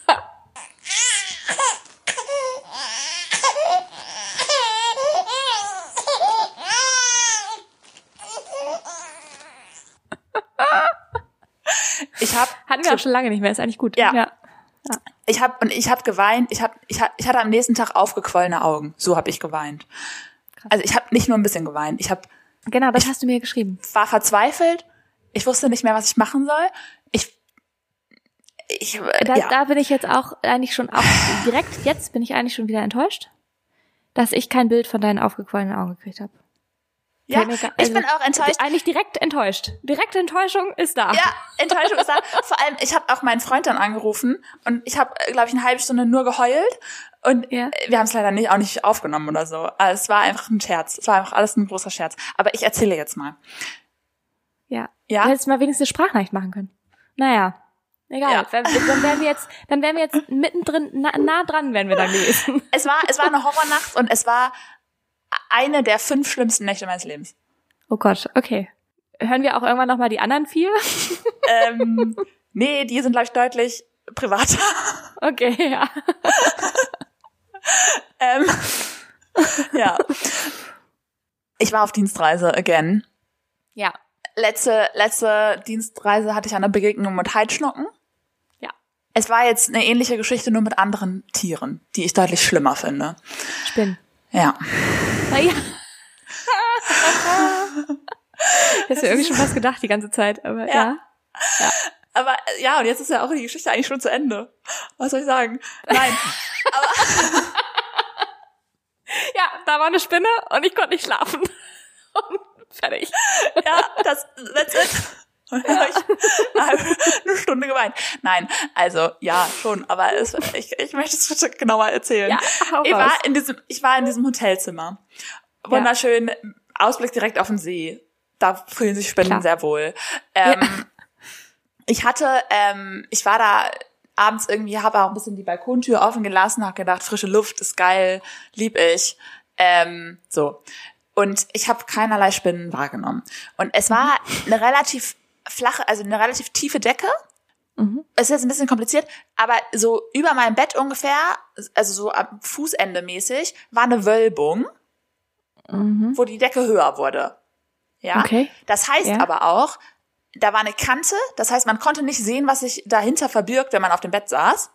Speaker 1: Ich habe
Speaker 2: Hatten wir auch schon lange nicht mehr, ist eigentlich gut.
Speaker 1: Ja. Ich habe und ich habe geweint. Ich habe ich, hab, ich hatte am nächsten Tag aufgequollene Augen. So habe ich geweint. Also ich habe nicht nur ein bisschen geweint. Ich hab,
Speaker 2: Genau, das hast du mir geschrieben.
Speaker 1: war verzweifelt. Ich wusste nicht mehr, was ich machen soll. Ich ich äh,
Speaker 2: Da,
Speaker 1: ja.
Speaker 2: da bin ich jetzt auch eigentlich schon auch direkt jetzt bin ich eigentlich schon wieder enttäuscht, dass ich kein Bild von deinen aufgequollenen Augen gekriegt habe.
Speaker 1: ja.
Speaker 2: mir gar-
Speaker 1: ich bin
Speaker 2: also-
Speaker 1: auch enttäuscht.
Speaker 2: Eigentlich direkt enttäuscht. Direkte Enttäuschung ist da.
Speaker 1: Ja, Enttäuschung ist da. Vor allem, ich habe auch meinen Freund dann angerufen und ich habe, glaube ich, eine halbe Stunde nur geheult und
Speaker 2: Ja.
Speaker 1: wir haben es leider nicht auch nicht aufgenommen oder so. Aber Es war einfach ein Scherz. Es war einfach alles ein großer Scherz. Aber ich erzähle jetzt mal.
Speaker 2: ja.
Speaker 1: Ja?
Speaker 2: Du hättest mal wenigstens eine Sprachnachricht machen können. Naja. Egal.
Speaker 1: Ja.
Speaker 2: Dann, dann wären wir jetzt, dann wären wir jetzt mittendrin, nah, nah dran wären wir dann gewesen.
Speaker 1: Es war, es war eine Horrornacht und es war eine der fünf schlimmsten Nächte meines Lebens.
Speaker 2: Oh Gott, okay. Hören wir auch irgendwann nochmal die anderen vier?
Speaker 1: Ähm, nee, die sind, glaube ich, deutlich privater.
Speaker 2: Okay, ja.
Speaker 1: Ähm, ja. Ich war auf Dienstreise again.
Speaker 2: Ja.
Speaker 1: Letzte, letzte Dienstreise hatte ich eine Begegnung mit Heidschnucken.
Speaker 2: Ja.
Speaker 1: Es war jetzt eine ähnliche Geschichte, nur mit anderen Tieren, die ich deutlich schlimmer finde.
Speaker 2: Spinnen.
Speaker 1: Ja.
Speaker 2: Naja. Hast du irgendwie schon was gedacht die ganze Zeit, aber ja.
Speaker 1: Ja. Aber äh, ja, und jetzt ist ja auch die Geschichte eigentlich schon zu Ende. Was soll ich sagen? Nein.
Speaker 2: Ja, da war eine Spinne und ich konnte nicht schlafen. Und fertig.
Speaker 1: ja, das, that's it. Und dann habe ich eine, halbe, eine Stunde geweint. Nein, also ja, schon, aber es, ich, ich möchte es bitte genauer erzählen.
Speaker 2: Ja, hau
Speaker 1: ich,
Speaker 2: raus.
Speaker 1: war in diesem, ich war in diesem Hotelzimmer. Wunderschön, Ausblick direkt auf den See. Da fühlen sich Spinnen
Speaker 2: Klar.
Speaker 1: sehr wohl. Ähm, Ich hatte, ähm, ich war da abends irgendwie, habe auch ein bisschen die Balkontür offen gelassen, habe gedacht, frische Luft ist geil, lieb ich. Ähm, so. Und ich habe keinerlei Spinnen wahrgenommen. Und es war eine relativ flache, also eine relativ tiefe Decke.
Speaker 2: Mhm.
Speaker 1: Es ist jetzt ein bisschen kompliziert, aber so über meinem Bett ungefähr, also so am Fußende mäßig, war eine Wölbung,
Speaker 2: Mhm.
Speaker 1: wo die Decke höher wurde. Ja.
Speaker 2: Okay.
Speaker 1: Das heißt
Speaker 2: Ja.
Speaker 1: aber auch, da war eine Kante, das heißt, man konnte nicht sehen, was sich dahinter verbirgt, wenn man auf dem Bett saß.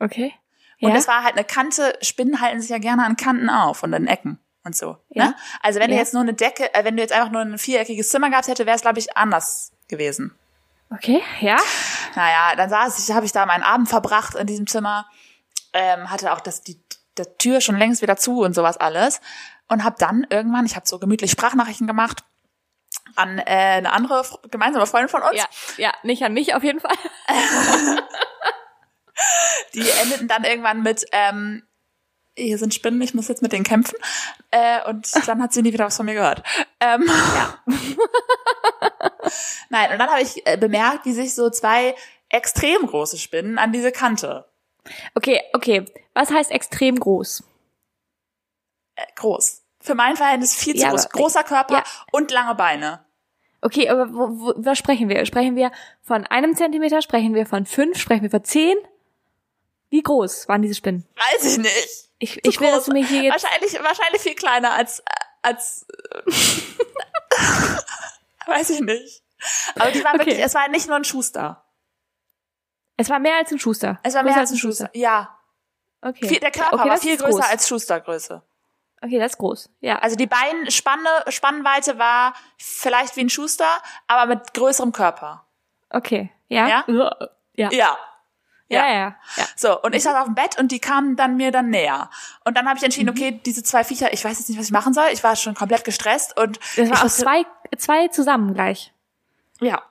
Speaker 2: Okay.
Speaker 1: Und
Speaker 2: ja.
Speaker 1: es war halt eine Kante, Spinnen halten sich ja gerne an Kanten auf und an Ecken und so.
Speaker 2: Ja.
Speaker 1: Ne? Also wenn du
Speaker 2: Ja.
Speaker 1: jetzt nur eine Decke, äh, wenn du jetzt einfach nur ein viereckiges Zimmer gehabt hätte, wäre es, glaube ich, anders gewesen.
Speaker 2: okay, ja.
Speaker 1: Naja, dann saß ich, habe ich da meinen Abend verbracht in diesem Zimmer, ähm, hatte auch das, die, die Tür schon längst wieder zu und sowas alles und habe dann irgendwann, ich habe so gemütlich Sprachnachrichten gemacht an äh, eine andere Fr- gemeinsame Freundin von uns,
Speaker 2: Ja, ja, nicht an mich auf jeden Fall.
Speaker 1: die endeten dann irgendwann mit, ähm, hier sind Spinnen, ich muss jetzt mit denen kämpfen. Äh, und dann hat sie nie wieder was von mir gehört. Ähm, ja. Nein, und dann habe ich äh, bemerkt, wie sich so zwei extrem große Spinnen an diese Kante.
Speaker 2: Okay, okay. Was heißt extrem groß?
Speaker 1: Äh, groß. Für mein Verhältnis viel zu
Speaker 2: Ja,
Speaker 1: groß.
Speaker 2: aber- äh,
Speaker 1: Großer Körper
Speaker 2: ja.
Speaker 1: und lange Beine.
Speaker 2: Okay, aber wo, wo, was sprechen wir? Sprechen wir von einem Zentimeter? Sprechen wir von fünf? Sprechen wir von zehn? Wie groß waren diese Spinnen?
Speaker 1: Weiß ich nicht.
Speaker 2: Ich,
Speaker 1: Zu
Speaker 2: ich will, dass
Speaker 1: groß. Also
Speaker 2: du mir hier jetzt
Speaker 1: Wahrscheinlich, wahrscheinlich viel kleiner als, äh, als, äh, weiß ich nicht. Aber die waren
Speaker 2: Okay.
Speaker 1: wirklich, es war nicht nur ein Schuster.
Speaker 2: Es war mehr als ein Schuster.
Speaker 1: Es war
Speaker 2: Größer
Speaker 1: mehr als ein Schuster. Ja.
Speaker 2: Okay.
Speaker 1: Viel, der Körper
Speaker 2: okay,
Speaker 1: war
Speaker 2: das
Speaker 1: viel
Speaker 2: ist
Speaker 1: größer
Speaker 2: groß.
Speaker 1: als Schustergröße.
Speaker 2: Okay, das ist groß. Ja.
Speaker 1: Also die Beinspanne, Spannweite war vielleicht wie ein Schuster, aber mit größerem Körper.
Speaker 2: okay. Ja.
Speaker 1: Ja?
Speaker 2: Ja. Ja.
Speaker 1: Ja.
Speaker 2: Ja. ja, ja.
Speaker 1: So, und ich saß auf dem Bett und die kamen dann mir dann näher. Und dann habe ich entschieden,
Speaker 2: Mhm.
Speaker 1: okay, diese zwei Viecher, ich weiß jetzt nicht, was ich machen soll. Ich war schon komplett gestresst und
Speaker 2: Das
Speaker 1: ich
Speaker 2: waren auch
Speaker 1: wusste-
Speaker 2: zwei, zwei zusammen gleich.
Speaker 1: ja,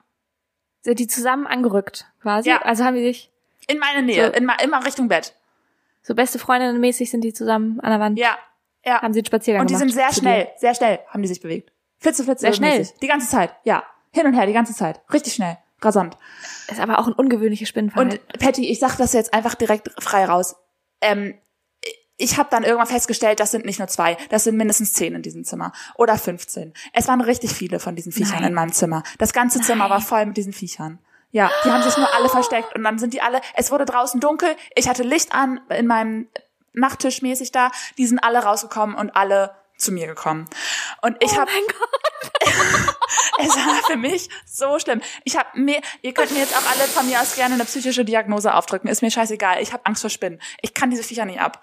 Speaker 2: Sind die zusammen angerückt quasi?
Speaker 1: Ja.
Speaker 2: Also haben die sich
Speaker 1: in meine Nähe,
Speaker 2: So.
Speaker 1: in, ma- immer Richtung Bett.
Speaker 2: so beste Freundinnen mäßig sind die zusammen an der Wand.
Speaker 1: Ja, ja.
Speaker 2: Haben sie einen Spaziergang
Speaker 1: und die
Speaker 2: gemacht.
Speaker 1: sind sehr
Speaker 2: zu
Speaker 1: schnell, sehr schnell haben die sich bewegt. Flitze, flitze,
Speaker 2: Sehr schnell.
Speaker 1: mäßig. Die ganze Zeit, ja. Hin und her, die ganze Zeit. Richtig schnell, rasant.
Speaker 2: dir. Ist aber auch ein ungewöhnliches Spinnenverhalten.
Speaker 1: Und Patty, ich sag das jetzt einfach direkt frei raus. Ähm, ich habe dann irgendwann festgestellt, das sind nicht nur zwei, das sind mindestens zehn in diesem Zimmer oder 15. Es waren richtig viele von diesen Viechern
Speaker 2: Nein.
Speaker 1: in meinem Zimmer. Das ganze Zimmer
Speaker 2: Nein.
Speaker 1: war voll mit diesen Viechern. Ja, die haben sich nur alle versteckt und dann sind die alle. Es wurde draußen dunkel. Ich hatte Licht an in meinem Nachttisch mäßig da. Die sind alle rausgekommen und alle zu mir gekommen. Und ich
Speaker 2: oh
Speaker 1: habe
Speaker 2: mein Gott.
Speaker 1: es war für mich so schlimm. Ich habe mir, ihr könnt mir jetzt auch alle von mir aus gerne eine psychische Diagnose aufdrücken. Ist mir scheißegal. Ich habe Angst vor Spinnen. Ich kann diese Viecher nicht ab.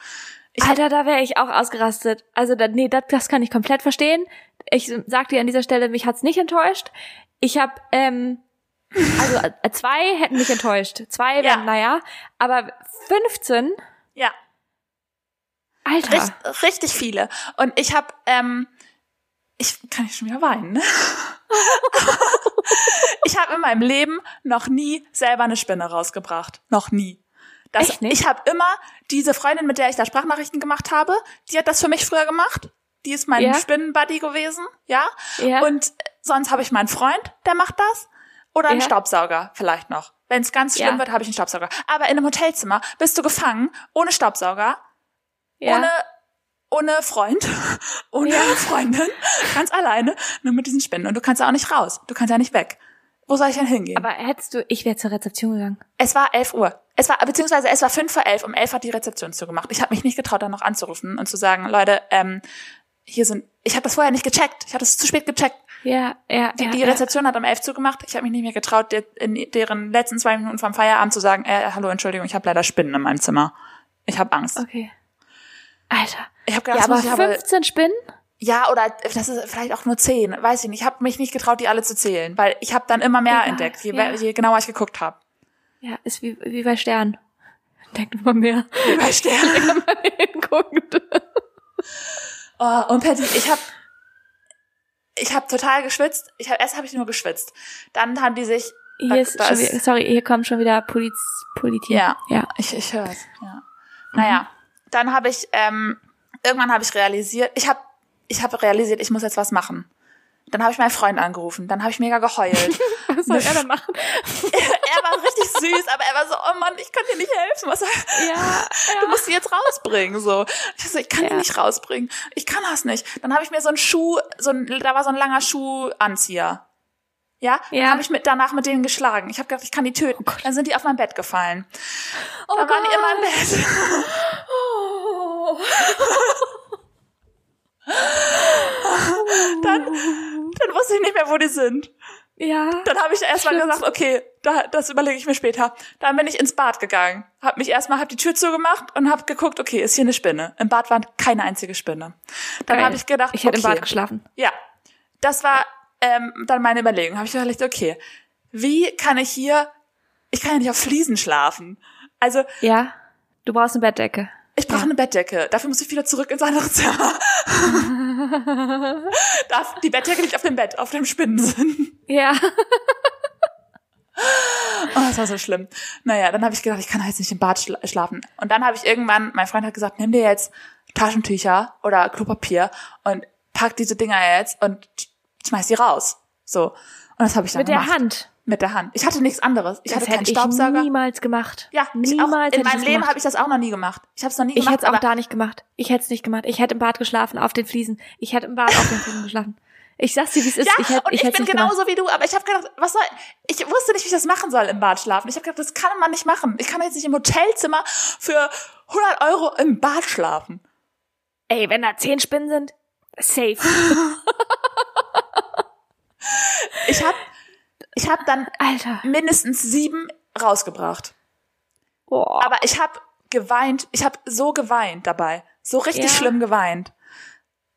Speaker 1: Ich hab,
Speaker 2: Alter, da wäre ich auch ausgerastet. Also, da, nee, das, das kann ich komplett verstehen. Ich sag dir an dieser Stelle, mich hat's nicht enttäuscht. Ich habe, ähm, also äh, zwei hätten mich enttäuscht. Zwei wären,
Speaker 1: Ja.
Speaker 2: naja, aber 15,
Speaker 1: ja,
Speaker 2: Alter.
Speaker 1: richt, richtig viele. Und ich habe, ähm, ich kann ich schon wieder weinen. Ne? ich habe in meinem Leben noch nie selber eine Spinne rausgebracht. Noch nie. Das,
Speaker 2: Echt nicht?
Speaker 1: Ich habe immer diese Freundin, mit der ich da Sprachnachrichten gemacht habe, die hat das für mich früher gemacht. Die ist mein
Speaker 2: Ja.
Speaker 1: Spinnenbuddy gewesen, ja.
Speaker 2: ja.
Speaker 1: Und sonst habe ich meinen Freund, der macht das. Oder einen
Speaker 2: Ja.
Speaker 1: Staubsauger vielleicht noch. Wenn es ganz schlimm
Speaker 2: Ja.
Speaker 1: wird, habe ich einen Staubsauger. Aber in einem Hotelzimmer bist du gefangen, ohne Staubsauger,
Speaker 2: ja.
Speaker 1: ohne, ohne Freund, ohne Freundin, ganz alleine, nur mit diesen Spinnen. Und du kannst ja auch nicht raus. Du kannst ja nicht weg. Wo soll ich denn hingehen?
Speaker 2: aber hättest du, ich wäre zur Rezeption gegangen.
Speaker 1: es war 11 Uhr. Es war, beziehungsweise es war fünf vor elf. Um elf hat die Rezeption zugemacht. Ich habe mich nicht getraut, dann noch anzurufen und zu sagen, Leute, ähm, hier sind, ich habe das vorher nicht gecheckt. Ich habe das zu spät gecheckt.
Speaker 2: Ja, ja,
Speaker 1: Die,
Speaker 2: ja.
Speaker 1: die
Speaker 2: ja.
Speaker 1: Rezeption hat um elf zugemacht. Ich habe mich nicht mehr getraut, der, in deren letzten zwei Minuten vom Feierabend zu sagen, äh, hallo, Entschuldigung, ich habe leider Spinnen in meinem Zimmer. Ich habe Angst.
Speaker 2: Okay. Alter.
Speaker 1: Ich habe
Speaker 2: Ja,
Speaker 1: gedacht, das
Speaker 2: aber
Speaker 1: muss ich aber
Speaker 2: 15 Spinnen?
Speaker 1: ja, oder das ist vielleicht auch nur zehn, weiß ich nicht. Ich habe mich nicht getraut, die alle zu zählen, weil ich habe dann immer mehr
Speaker 2: Ja,
Speaker 1: entdeckt, je,
Speaker 2: ja.
Speaker 1: je genauer ich geguckt habe.
Speaker 2: Ja, ist wie, wie bei Stern. Denkt immer mehr.
Speaker 1: Bei Sternen.
Speaker 2: Hinguckt.
Speaker 1: Oh, und Patty, ich habe ich habe total geschwitzt. Ich hab, erst habe ich nur geschwitzt. Dann haben die sich.
Speaker 2: Hier ist
Speaker 1: da
Speaker 2: schon wieder, sorry, hier kommt schon wieder Poliz, Politik.
Speaker 1: Ja.
Speaker 2: ja.
Speaker 1: Ich, ich höre es. Ja.
Speaker 2: Mhm.
Speaker 1: Naja, dann habe ich ähm, irgendwann habe ich realisiert, ich habe ich habe realisiert, ich muss jetzt was machen. Dann habe ich meinen Freund angerufen. Dann habe ich mega geheult.
Speaker 2: Was soll er denn machen?
Speaker 1: er war richtig süß, aber er war so, oh Mann, ich kann dir nicht helfen. Was,
Speaker 2: Ja,
Speaker 1: Du musst sie jetzt rausbringen, so. Ich so, ich kann die
Speaker 2: Ja.
Speaker 1: nicht rausbringen. Ich kann das nicht. Dann habe ich mir so einen Schuh, so ein, da war so ein langer Schuhanzieher. Ja,
Speaker 2: Ja.
Speaker 1: dann habe ich mit, danach mit denen geschlagen. Ich habe gedacht, ich kann die töten. dann sind die auf mein Bett gefallen.
Speaker 2: Oh
Speaker 1: dann waren die immer im
Speaker 2: Gott.
Speaker 1: Bett.
Speaker 2: Oh.
Speaker 1: Dann wusste ich nicht mehr, wo die sind.
Speaker 2: Ja.
Speaker 1: Dann habe ich erstmal
Speaker 2: Stimmt.
Speaker 1: gesagt, okay, da, das überlege ich mir später. Dann bin ich ins Bad gegangen, habe mich erstmal, habe die Tür zugemacht und habe geguckt, okay, ist hier eine Spinne? Im Bad war keine einzige Spinne. Dann
Speaker 2: Geil.
Speaker 1: habe ich gedacht,
Speaker 2: Ich hätte
Speaker 1: okay,
Speaker 2: im Bad geschlafen.
Speaker 1: Ja, das war ähm, dann meine Überlegung. Habe ich überlegt, okay, wie kann ich hier, ich kann ja nicht auf Fliesen schlafen. Also
Speaker 2: Ja. Du brauchst eine Bettdecke.
Speaker 1: ich brauche eine Bettdecke. Dafür muss ich wieder zurück ins andere Zimmer. Darf- Die Bettdecke liegt auf dem Bett, auf dem Spinnensinn.
Speaker 2: Ja.
Speaker 1: Oh, das war so schlimm. Naja, dann habe ich gedacht, ich kann jetzt nicht im Bad schla schlafen. Und dann habe ich irgendwann, mein Freund hat gesagt, nimm dir jetzt Taschentücher oder Klopapier und pack diese Dinger jetzt und schmeiß die raus. So. Und das habe ich dann
Speaker 2: Mit der
Speaker 1: gemacht.
Speaker 2: Hand.
Speaker 1: Mit der Hand. Ich hatte nichts anderes. Ich hatte keinen
Speaker 2: hätte
Speaker 1: Staubsauger.
Speaker 2: ich niemals gemacht.
Speaker 1: ja, ich auch,
Speaker 2: niemals hätte
Speaker 1: in
Speaker 2: ich das
Speaker 1: meinem Leben
Speaker 2: gemacht.
Speaker 1: habe ich das auch noch nie gemacht. Ich habe es noch nie
Speaker 2: Ich
Speaker 1: gemacht.
Speaker 2: hätte es auch
Speaker 1: aber
Speaker 2: da nicht gemacht. Ich hätte es nicht gemacht. Ich hätte im Bad geschlafen, auf den Fliesen. Ich hätte im Bad auf den Fliesen geschlafen. Ich sag's dir, wie es ist.
Speaker 1: ja,
Speaker 2: ich hätte,
Speaker 1: und ich,
Speaker 2: hätte es
Speaker 1: bin
Speaker 2: nicht gemacht.
Speaker 1: genauso wie du, aber ich habe gedacht, was soll ich wusste nicht, wie ich das machen soll im Bad schlafen. Ich habe gedacht, das kann man nicht machen. Ich kann jetzt nicht im Hotelzimmer für 100 Euro im Bad schlafen.
Speaker 2: Ey, wenn da zehn Spinnen sind, safe.
Speaker 1: Ich habe ich hab dann
Speaker 2: Alter.
Speaker 1: mindestens sieben rausgebracht.
Speaker 2: Boah.
Speaker 1: Aber ich habe geweint, ich habe so geweint dabei. So richtig
Speaker 2: Ja.
Speaker 1: schlimm geweint.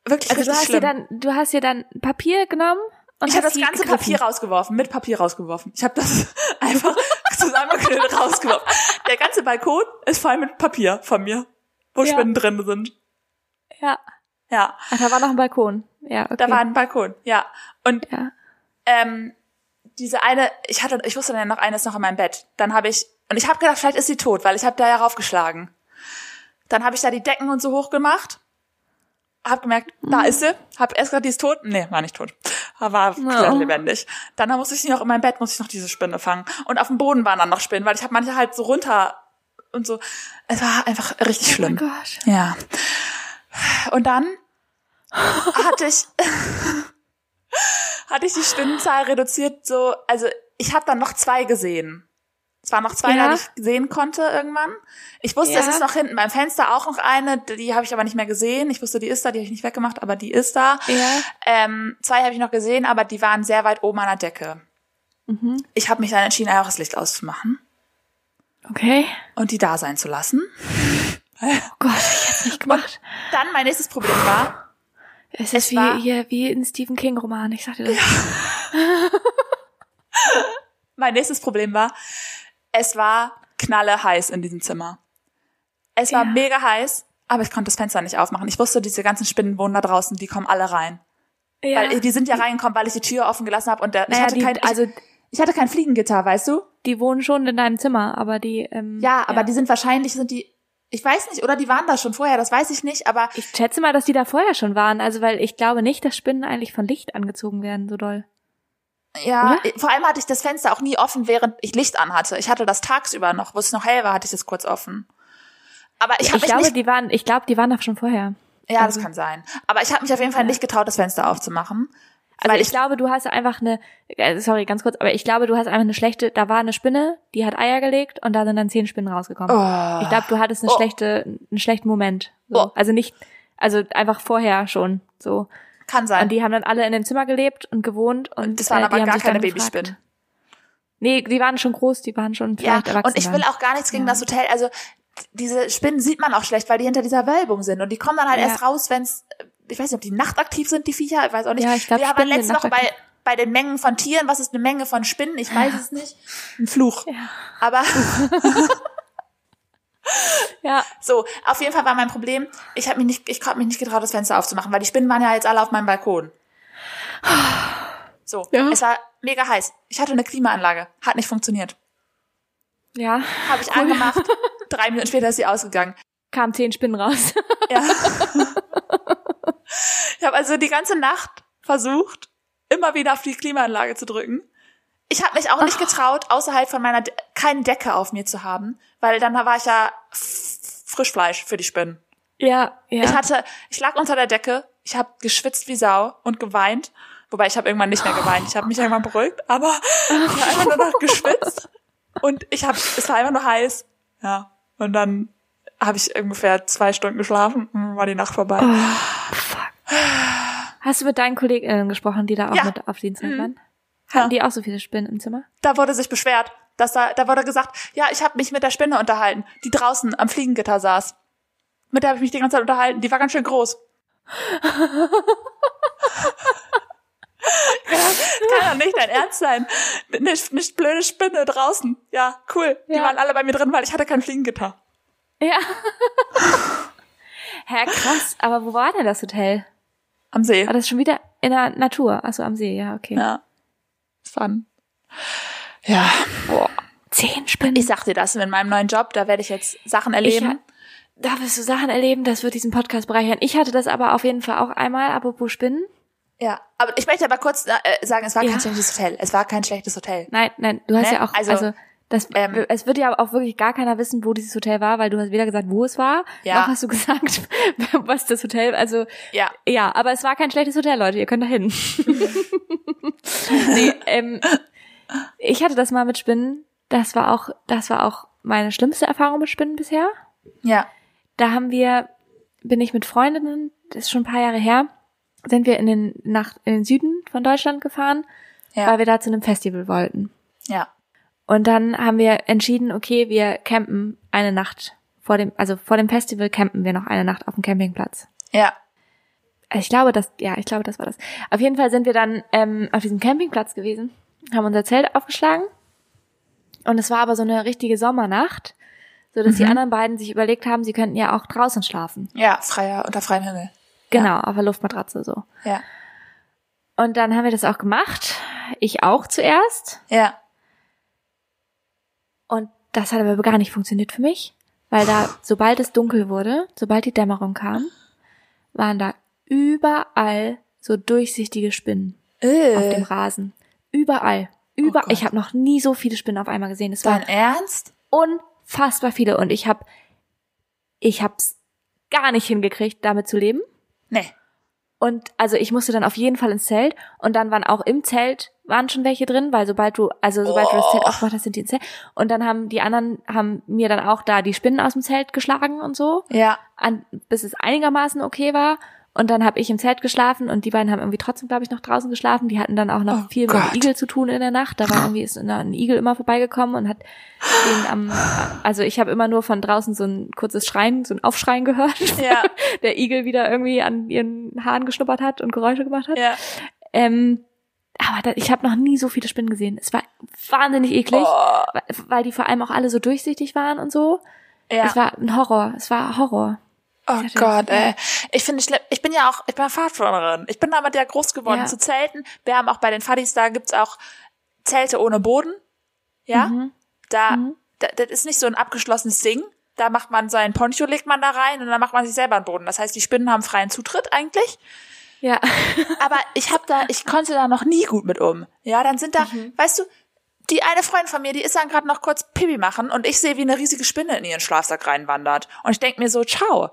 Speaker 1: Wirklich
Speaker 2: Also du
Speaker 1: richtig
Speaker 2: hast
Speaker 1: schlimm.
Speaker 2: dir dann, du hast dir dann Papier genommen und
Speaker 1: ich
Speaker 2: hast
Speaker 1: habe das
Speaker 2: sie
Speaker 1: ganze
Speaker 2: gegriffen.
Speaker 1: Papier rausgeworfen, mit Papier rausgeworfen. Ich habe das einfach zusammengeknüllt rausgeworfen. Der ganze Balkon ist voll mit Papier von mir, wo
Speaker 2: Ja.
Speaker 1: Spinnen drin sind.
Speaker 2: Ja.
Speaker 1: Ja,
Speaker 2: Ach, Ah, da war noch ein Balkon. Ja, okay.
Speaker 1: da war ein Balkon. Ja, und
Speaker 2: ja.
Speaker 1: ähm, diese eine, ich hatte, ich wusste dann noch eine ist noch in meinem Bett. Dann habe ich und ich habe gedacht, vielleicht ist sie tot, weil ich habe da ja raufgeschlagen. Dann habe ich da die Decken und so hoch gemacht. Hab gemerkt, da ist sie. Hab erst gedacht, die ist tot. Nee, war nicht tot. War klar lebendig. Dann musste ich sie noch in meinem Bett, musste ich noch diese Spinne fangen. Und auf dem Boden waren dann noch Spinnen, weil ich habe manche halt so runter und so. Es war einfach richtig
Speaker 2: Oh
Speaker 1: schlimm.
Speaker 2: Gott.
Speaker 1: Ja. Und dann hatte ich hatte ich die Stimmenzahl reduziert so, also ich habe dann noch zwei gesehen. Es waren noch zwei,
Speaker 2: Ja.
Speaker 1: die ich sehen konnte irgendwann. Ich wusste, es
Speaker 2: Ja.
Speaker 1: ist noch hinten beim Fenster auch noch eine, die habe ich aber nicht mehr gesehen. Ich wusste, die ist da, die habe ich nicht weggemacht, aber die ist da.
Speaker 2: Ja.
Speaker 1: Ähm, zwei habe ich noch gesehen, aber die waren sehr weit oben an der Decke.
Speaker 2: Mhm.
Speaker 1: Ich habe mich dann entschieden, einfach das Licht auszumachen
Speaker 2: Okay.
Speaker 1: und die da sein zu lassen.
Speaker 2: Oh Gott, ich hätte nicht gemacht.
Speaker 1: Dann mein nächstes Problem war,
Speaker 2: Es
Speaker 1: Es
Speaker 2: ist wie,
Speaker 1: war-
Speaker 2: hier, wie in Stephen King Roman. Ich sag dir das.
Speaker 1: Mein nächstes Problem war, es war knalle heiß in diesem Zimmer. Es war
Speaker 2: Ja.
Speaker 1: mega heiß, aber ich konnte das Fenster nicht aufmachen. Ich wusste, diese ganzen Spinnen wohnen da draußen, die kommen alle rein.
Speaker 2: Ja.
Speaker 1: Weil die sind ja reingekommen, weil ich die Tür offen gelassen habe und der, ich,
Speaker 2: naja,
Speaker 1: hatte
Speaker 2: die,
Speaker 1: kein,
Speaker 2: also
Speaker 1: ich, ich hatte kein Fliegengitter, weißt du?
Speaker 2: die wohnen schon in deinem Zimmer, aber die. Ähm,
Speaker 1: Ja, aber die sind wahrscheinlich sind die ich weiß nicht, oder die waren da schon vorher, das weiß ich nicht, aber
Speaker 2: Ich schätze mal, dass die da vorher schon waren. Also weil ich glaube nicht, dass Spinnen eigentlich von Licht angezogen werden so doll.
Speaker 1: ja,
Speaker 2: Oder?
Speaker 1: ich- vor allem hatte ich das Fenster auch nie offen, während ich Licht anhatte. Ich hatte das tagsüber noch, wo es noch hell war, hatte ich das kurz offen. Aber ich habe
Speaker 2: ich
Speaker 1: mich
Speaker 2: glaube,
Speaker 1: nicht
Speaker 2: die waren. Ich glaube, die waren da schon vorher.
Speaker 1: Ja, das
Speaker 2: Also-
Speaker 1: kann sein. Aber ich habe mich auf jeden Fall nicht getraut, das Fenster aufzumachen.
Speaker 2: Also
Speaker 1: weil
Speaker 2: ich, glaube, du hast einfach eine, äh, sorry, ganz kurz, aber ich glaube, du hast einfach eine schlechte, da war eine Spinne, die hat Eier gelegt und da sind dann zehn Spinnen rausgekommen.
Speaker 1: Oh.
Speaker 2: Ich glaube, du hattest eine
Speaker 1: Oh.
Speaker 2: schlechte, einen schlechten Moment. So.
Speaker 1: Oh.
Speaker 2: Also nicht, also einfach vorher schon so.
Speaker 1: kann
Speaker 2: Und
Speaker 1: sein.
Speaker 2: die haben dann alle in dem Zimmer gelebt und gewohnt und äh,
Speaker 1: Das waren aber
Speaker 2: die haben
Speaker 1: gar
Speaker 2: sich dann
Speaker 1: keine
Speaker 2: gefragt.
Speaker 1: Babyspinnen.
Speaker 2: Nee, die waren schon groß, die waren schon
Speaker 1: Ja,
Speaker 2: vielleicht erwachsen.
Speaker 1: und ich will
Speaker 2: dann.
Speaker 1: auch gar nichts gegen
Speaker 2: Ja.
Speaker 1: das Hotel. Also diese Spinnen sieht man auch schlecht, weil die hinter dieser Wölbung sind und die kommen dann halt
Speaker 2: Ja.
Speaker 1: erst raus, wenn's ich weiß nicht, ob die nachtaktiv sind, die Viecher, ich weiß auch nicht.
Speaker 2: Ja, ich glaub,
Speaker 1: Wir haben
Speaker 2: Spinnen
Speaker 1: letztens noch
Speaker 2: sind
Speaker 1: bei
Speaker 2: nachtaktiv.
Speaker 1: bei den Mengen von Tieren, was ist eine Menge von Spinnen? Ich weiß es nicht. Ein Fluch. Aber
Speaker 2: Ja,
Speaker 1: so, auf jeden Fall war mein Problem, ich habe mich nicht ich konnte mich nicht getraut, das Fenster aufzumachen, weil die Spinnen waren ja jetzt alle auf meinem Balkon. So,
Speaker 2: Ja.
Speaker 1: es war mega heiß. Ich hatte eine Klimaanlage, hat nicht funktioniert.
Speaker 2: Ja,
Speaker 1: Habe ich
Speaker 2: Cool.
Speaker 1: angemacht. Drei Minuten später ist sie ausgegangen.
Speaker 2: kamen zehn Spinnen raus.
Speaker 1: Ja. ich habe also die ganze Nacht versucht, immer wieder auf die Klimaanlage zu drücken. Ich habe mich auch nicht getraut, außerhalb von meiner De keine Decke auf mir zu haben, weil dann war ich ja f- Frischfleisch für die Spinnen.
Speaker 2: ja, ja.
Speaker 1: Ich hatte, ich lag unter der Decke, ich habe geschwitzt wie Sau und geweint. Wobei ich habe irgendwann nicht mehr geweint. Ich habe mich irgendwann beruhigt, aber ich habe einfach nur noch geschwitzt und ich habe, es war einfach nur heiß. Ja. Und dann habe ich ungefähr zwei Stunden geschlafen und dann war die Nacht vorbei.
Speaker 2: Hast du mit deinen KollegInnen gesprochen, die da auch
Speaker 1: Ja.
Speaker 2: mit auf Dienstag
Speaker 1: Mhm.
Speaker 2: waren?
Speaker 1: Ja.
Speaker 2: Hatten die auch so viele Spinnen im Zimmer?
Speaker 1: Da wurde sich beschwert, dass da, da wurde gesagt, ja, ich habe mich mit der Spinne unterhalten, die draußen am Fliegengitter saß. Mit der habe ich mich die ganze Zeit unterhalten. Die war ganz schön groß. ja, kann doch nicht dein Ernst sein. Eine, eine blöde Spinne draußen. Ja, cool. Die
Speaker 2: Ja.
Speaker 1: waren alle bei mir drin, weil ich hatte kein Fliegengitter.
Speaker 2: Ja. Hä, krass. Aber wo war denn das Hotel?
Speaker 1: Am See.
Speaker 2: War das schon wieder in der Natur? Achso, am See, ja, okay.
Speaker 1: Ja. Fun. Ja.
Speaker 2: Boah. Zehn Spinnen.
Speaker 1: Ich sag dir das in meinem neuen Job, da werde ich jetzt Sachen erleben.
Speaker 2: Ich, da wirst du Sachen erleben, das wird diesen Podcast bereichern. Ich hatte das aber auf jeden Fall auch einmal, apropos Spinnen.
Speaker 1: ja. Aber ich möchte aber kurz äh, sagen, es war
Speaker 2: Ja.
Speaker 1: kein schlechtes Hotel. Es war kein schlechtes Hotel.
Speaker 2: Nein, nein, du hast
Speaker 1: Ne?
Speaker 2: ja auch, also,
Speaker 1: Also,
Speaker 2: das,
Speaker 1: ähm,
Speaker 2: es wird ja auch wirklich gar keiner wissen, wo dieses Hotel war, weil du hast weder gesagt, wo es war,
Speaker 1: Ja.
Speaker 2: noch hast du gesagt, was das Hotel, also,
Speaker 1: Ja.
Speaker 2: ja, aber es war kein schlechtes Hotel, Leute, ihr könnt da hin. nee, ähm, ich hatte das mal mit Spinnen, das war auch, das war auch meine schlimmste Erfahrung mit Spinnen bisher.
Speaker 1: Ja.
Speaker 2: da haben wir, bin ich mit Freundinnen, das ist schon ein paar Jahre her, sind wir in den, nach, in den Süden von Deutschland gefahren,
Speaker 1: Ja.
Speaker 2: weil wir da zu einem Festival wollten.
Speaker 1: Ja.
Speaker 2: Und dann haben wir entschieden, okay, wir campen eine Nacht vor dem, also vor dem Festival campen wir noch eine Nacht auf dem Campingplatz.
Speaker 1: Ja.
Speaker 2: Also ich glaube, das, ja, ich glaube, das war das. Auf jeden Fall sind wir dann ähm, auf diesem Campingplatz gewesen, haben unser Zelt aufgeschlagen und es war aber so eine richtige Sommernacht, so dass die anderen beiden sich überlegt haben, sie könnten ja auch draußen schlafen.
Speaker 1: Ja, freier, unter freiem Himmel.
Speaker 2: Genau, auf der Luftmatratze so.
Speaker 1: Ja.
Speaker 2: Und dann haben wir das auch gemacht. Ich auch zuerst.
Speaker 1: Ja.
Speaker 2: Und das hat aber gar nicht funktioniert für mich, weil da, sobald es dunkel wurde, sobald die Dämmerung kam, waren da überall so durchsichtige Spinnen auf dem
Speaker 1: Äh, Oh
Speaker 2: Rasen. Überall. Über,
Speaker 1: Gott.
Speaker 2: ich habe noch nie so viele Spinnen auf einmal gesehen. Es
Speaker 1: dein
Speaker 2: waren
Speaker 1: Ernst?
Speaker 2: unfassbar viele und ich habe ich hab's gar nicht hingekriegt, damit zu leben.
Speaker 1: Nee.
Speaker 2: Und also ich musste dann auf jeden Fall ins Zelt und dann waren auch im Zelt waren schon welche drin, weil sobald du also sobald du das Zelt
Speaker 1: Oh.
Speaker 2: aufgemacht hast, sind die ins Zelt. Und dann haben die anderen haben mir dann auch da die Spinnen aus dem Zelt geschlagen und so,
Speaker 1: Ja.
Speaker 2: an, bis es einigermaßen okay war. Und dann habe ich im Zelt geschlafen und die beiden haben irgendwie trotzdem, glaube ich, noch draußen geschlafen. Die hatten dann auch noch
Speaker 1: Oh
Speaker 2: viel mit
Speaker 1: Gott.
Speaker 2: dem Igel zu tun in der Nacht. Da war irgendwie ist ein Igel immer vorbeigekommen und hat den am, also ich habe immer nur von draußen so ein kurzes Schreien, so ein Aufschreien gehört
Speaker 1: Ja.
Speaker 2: der Igel wieder irgendwie an ihren Haaren geschnuppert hat und Geräusche gemacht hat.
Speaker 1: Ja.
Speaker 2: Ähm, aber da, ich habe noch nie so viele Spinnen gesehen. Es war wahnsinnig eklig,
Speaker 1: Oh,
Speaker 2: weil, weil die vor allem auch alle so durchsichtig waren und so.
Speaker 1: ja.
Speaker 2: Es war ein Horror. Es war Horror.
Speaker 1: Oh
Speaker 2: hatte
Speaker 1: Gott,
Speaker 2: das-
Speaker 1: ey. Ich finde, schlimm- ich bin ja auch, ich bin Fahrradfahrerin. Ich bin damit ja groß geworden
Speaker 2: Ja.
Speaker 1: zu Zelten. Wir haben auch bei den Fadis, da gibt's auch Zelte ohne Boden. Ja.
Speaker 2: Mhm.
Speaker 1: Da,
Speaker 2: Mhm.
Speaker 1: da, das ist nicht so ein abgeschlossenes Ding. Da macht man seinen Poncho, legt man da rein und dann macht man sich selber einen Boden. Das heißt, die Spinnen haben freien Zutritt eigentlich.
Speaker 2: Ja.
Speaker 1: aber ich hab da, ich konnte da noch nie gut mit um. Ja, dann sind da,
Speaker 2: Mhm.
Speaker 1: weißt du, die eine Freundin von mir, die ist dann gerade noch kurz Pipi machen und ich sehe, wie eine riesige Spinne in ihren Schlafsack reinwandert. Und ich denk mir so, ciao.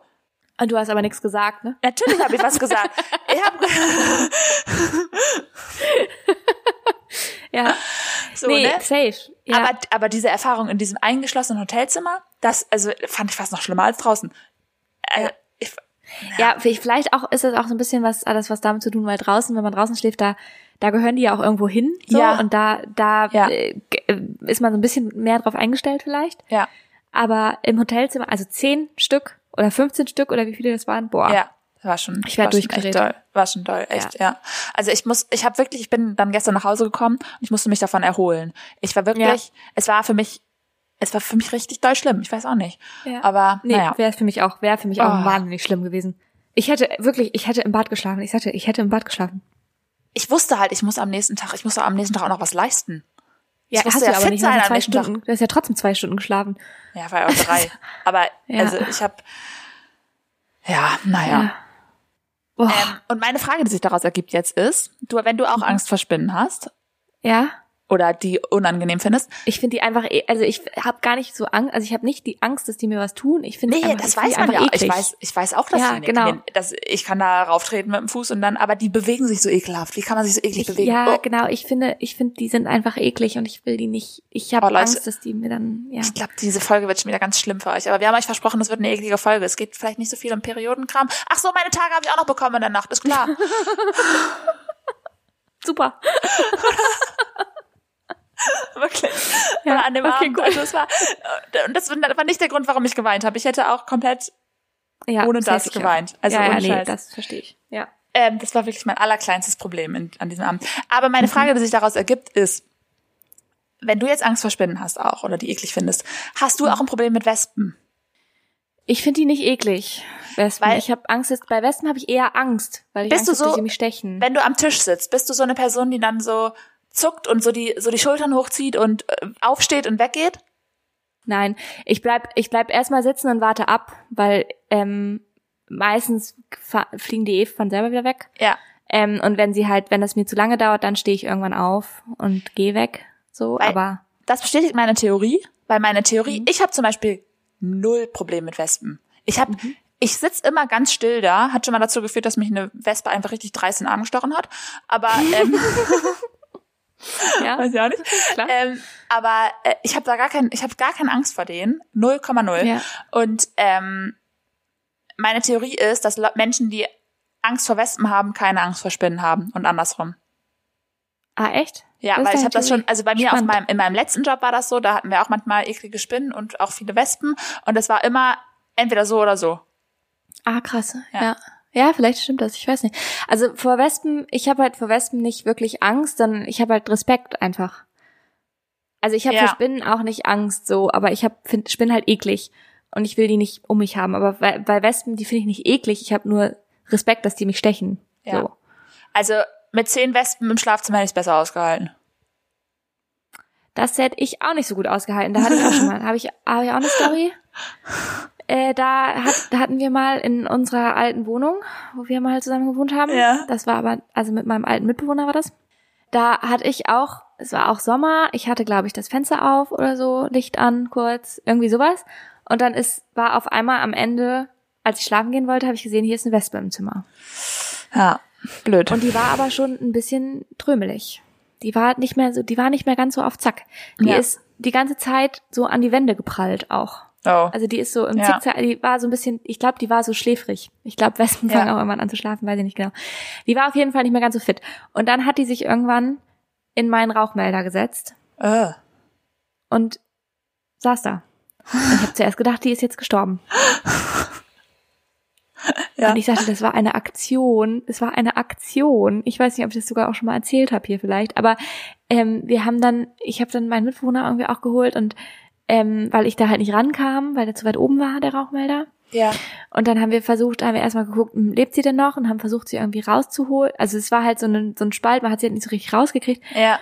Speaker 2: Und du hast aber nichts gesagt, ne?
Speaker 1: Natürlich habe ich was gesagt. Ich hab,
Speaker 2: Ja.
Speaker 1: so,
Speaker 2: nee,
Speaker 1: ne?
Speaker 2: safe. Ja.
Speaker 1: Aber, aber diese Erfahrung in diesem eingeschlossenen Hotelzimmer, das, also, fand ich fast noch schlimmer als draußen. Äh, ich,
Speaker 2: Ja, vi- vielleicht auch ist das auch so ein bisschen was alles was damit zu tun, weil draußen, wenn man draußen schläft, da da gehören die ja auch irgendwo hin, so
Speaker 1: Ja.
Speaker 2: und da da
Speaker 1: Ja.
Speaker 2: äh, g- äh, ist man so ein bisschen mehr drauf eingestellt vielleicht.
Speaker 1: ja,
Speaker 2: Aber im Hotelzimmer, also zehn Stück oder 15 Stück oder wie viele das waren, boah.
Speaker 1: ja. War schon,
Speaker 2: Ich werd
Speaker 1: war schon echt
Speaker 2: durchgedreht.
Speaker 1: doll. War schon doll, echt, ja. Also ich muss, ich habe wirklich, ich bin dann gestern nach Hause gekommen und ich musste mich davon erholen. Ich war wirklich, es war für mich, es war für mich richtig doll schlimm. Ich weiß auch nicht.
Speaker 2: Ja.
Speaker 1: Aber
Speaker 2: nee,
Speaker 1: naja.
Speaker 2: wäre für mich auch, wäre für mich auch
Speaker 1: Oh.
Speaker 2: wahnsinnig schlimm gewesen. Ich hätte wirklich, ich hätte im Bad geschlafen. Ich sagte, ich hätte im Bad geschlafen.
Speaker 1: ich wusste halt, ich muss am nächsten Tag, ich muss am nächsten Tag auch noch was leisten.
Speaker 2: Ja,
Speaker 1: Ich musste
Speaker 2: hast du
Speaker 1: ja
Speaker 2: ja aber
Speaker 1: fit
Speaker 2: nicht
Speaker 1: sein
Speaker 2: mal
Speaker 1: am
Speaker 2: zwei
Speaker 1: nächsten Tag.
Speaker 2: Stunden. Du hast ja trotzdem zwei Stunden geschlafen.
Speaker 1: Ja, war ja auch drei. Aber
Speaker 2: Ja.
Speaker 1: also ich habe ja, naja.
Speaker 2: Boah.
Speaker 1: Ähm, und meine Frage, die sich daraus ergibt jetzt ist, du, wenn du auch
Speaker 2: Mhm.
Speaker 1: Angst vor Spinnen hast
Speaker 2: ja.
Speaker 1: oder die unangenehm findest,
Speaker 2: Ich finde die einfach, eh- also ich habe gar nicht so Angst, also ich habe nicht die Angst, dass die mir was tun. Ich finde die
Speaker 1: nee,
Speaker 2: einfach,
Speaker 1: das
Speaker 2: ich find
Speaker 1: weiß
Speaker 2: die
Speaker 1: man ja.
Speaker 2: Ähm, einfach
Speaker 1: auch.
Speaker 2: Eklig.
Speaker 1: Ich weiß, ich weiß auch, dass
Speaker 2: Ja,
Speaker 1: die nicht
Speaker 2: genau.
Speaker 1: gehen. das, ich kann da rauftreten mit dem Fuß und dann, aber die bewegen sich so ekelhaft. Wie kann man sich so eklig
Speaker 2: Ich,
Speaker 1: bewegen?
Speaker 2: ja,
Speaker 1: oh.
Speaker 2: genau. Ich finde, ich finde, die sind einfach eklig und ich will die nicht. Ich
Speaker 1: Oh,
Speaker 2: habe
Speaker 1: Leute.
Speaker 2: Angst, dass die mir dann. Ja.
Speaker 1: Ich glaube, diese Folge wird schon wieder ganz schlimm für euch. Aber wir haben euch versprochen, es wird eine eklige Folge. Es geht vielleicht nicht so viel um Periodenkram. Ach so, meine Tage habe ich auch noch bekommen in der Nacht, ist klar.
Speaker 2: Super.
Speaker 1: Wirklich.
Speaker 2: Ja,
Speaker 1: Oder an dem
Speaker 2: okay,
Speaker 1: Abend.
Speaker 2: cool.
Speaker 1: Also es war, äh, und das war nicht der Grund, warum ich geweint habe. Ich hätte auch komplett
Speaker 2: Ja,
Speaker 1: ohne das
Speaker 2: safe, ja.
Speaker 1: geweint. Also
Speaker 2: ja, ja,
Speaker 1: ohne
Speaker 2: nee,
Speaker 1: Scheiß.
Speaker 2: das verstehe ich. Ja.
Speaker 1: Ähm, das war wirklich mein allerkleinstes Problem in, an diesem Abend. Aber meine Frage, die sich daraus ergibt, ist, wenn du jetzt Angst vor Spinnen hast auch oder die eklig findest, hast du auch ein Problem mit Wespen?
Speaker 2: Ich finde die nicht eklig. Wespen.
Speaker 1: Weil-
Speaker 2: ich habe Angst. Jetzt, bei Wespen habe ich eher Angst, weil ich
Speaker 1: Bist
Speaker 2: Angst
Speaker 1: du
Speaker 2: hab, dass
Speaker 1: so-
Speaker 2: sie mich stechen.
Speaker 1: Wenn du am Tisch sitzt, bist du so eine Person, die dann so zuckt und so die, so die Schultern hochzieht und äh, aufsteht und weggeht?
Speaker 2: Nein, ich bleib, ich bleib erstmal sitzen und warte ab, weil ähm, meistens fa- fliegen die eh von selber wieder weg.
Speaker 1: Ja.
Speaker 2: Ähm, und wenn sie halt, wenn das mir zu lange dauert, dann stehe ich irgendwann auf und gehe weg. So,
Speaker 1: Weil-
Speaker 2: aber
Speaker 1: Das bestätigt meine Theorie, weil meine Theorie, ich habe zum Beispiel null Problem mit Wespen. Ich habe, ich sitz immer ganz still da, hat schon mal dazu geführt, dass mich eine Wespe einfach richtig dreist in den Arm gestochen hat. Aber ähm,
Speaker 2: ja,
Speaker 1: ich auch nicht.
Speaker 2: klar.
Speaker 1: Ähm, aber äh, ich habe da gar kein, ich habe gar keine Angst vor denen. 0,0.
Speaker 2: Ja.
Speaker 1: Und ähm, meine Theorie ist, dass Le- Menschen, die Angst vor Wespen haben, keine Angst vor Spinnen haben und andersrum.
Speaker 2: ah, echt?
Speaker 1: Ja,
Speaker 2: Das ist
Speaker 1: weil ich
Speaker 2: deine
Speaker 1: habe das schon,
Speaker 2: Theorie.
Speaker 1: also bei mir auf
Speaker 2: Spannend.
Speaker 1: meinem, in meinem letzten Job war das so, da hatten wir auch manchmal eklige Spinnen und auch viele Wespen und es war immer entweder so oder so.
Speaker 2: Ah, krass.
Speaker 1: Ja.
Speaker 2: Ja. ja. vielleicht stimmt das, ich weiß nicht. Also vor Wespen, ich habe halt vor Wespen nicht wirklich Angst, sondern ich habe halt Respekt einfach. Also ich habe
Speaker 1: Ja.
Speaker 2: vor Spinnen auch nicht Angst so, aber ich habe find Spinnen halt eklig und ich will die nicht um mich haben, aber bei, bei Wespen, die finde ich nicht eklig, ich habe nur Respekt, dass die mich stechen.
Speaker 1: Ja.
Speaker 2: Ja. So.
Speaker 1: Also mit zehn Wespen im Schlafzimmer hätte ich es besser ausgehalten.
Speaker 2: Das hätte ich auch nicht so gut ausgehalten. Da hatte ich auch schon mal. Habe ich, hab ich auch eine Story? Äh, da, hat, da hatten wir mal in unserer alten Wohnung, wo wir mal zusammen gewohnt haben.
Speaker 1: Ja.
Speaker 2: Das war aber, also mit meinem alten Mitbewohner war das. Da hatte ich auch, es war auch Sommer, ich hatte, glaube ich, das Fenster auf oder so, Licht an, kurz, irgendwie sowas. Und dann ist, war auf einmal am Ende, als ich schlafen gehen wollte, habe ich gesehen, hier ist eine Wespe im Zimmer.
Speaker 1: Ja, blöd.
Speaker 2: Und die war aber schon ein bisschen trömelig. Die war nicht mehr so, die war nicht mehr ganz so auf Zack. Die
Speaker 1: Ja.
Speaker 2: ist die ganze Zeit so an die Wände geprallt auch.
Speaker 1: oh.
Speaker 2: Also die ist so im
Speaker 1: Ja.
Speaker 2: Zickzack, die war so ein bisschen, ich glaube, die war so schläfrig. Ich glaube, Wespen
Speaker 1: Ja.
Speaker 2: fangen auch irgendwann an zu schlafen, weiß ich nicht genau. Die war auf jeden Fall nicht mehr ganz so fit. Und dann hat die sich irgendwann in meinen Rauchmelder gesetzt
Speaker 1: äh.
Speaker 2: und saß da. Und ich habe zuerst gedacht, die ist jetzt gestorben.
Speaker 1: Ja.
Speaker 2: Und ich sagte, das war eine Aktion. Es war eine Aktion. Ich weiß nicht, ob ich das sogar auch schon mal erzählt habe hier vielleicht, aber ähm, wir haben dann, ich habe dann meinen Mitbewohner irgendwie auch geholt und ähm, weil ich da halt nicht rankam, weil der zu weit oben war, der Rauchmelder.
Speaker 1: Ja.
Speaker 2: Und dann haben wir versucht, haben wir erstmal geguckt, hm, lebt sie denn noch und haben versucht, sie irgendwie rauszuholen. Also es war halt so ein, so ein Spalt, man hat sie halt nicht so richtig rausgekriegt.
Speaker 1: Ja.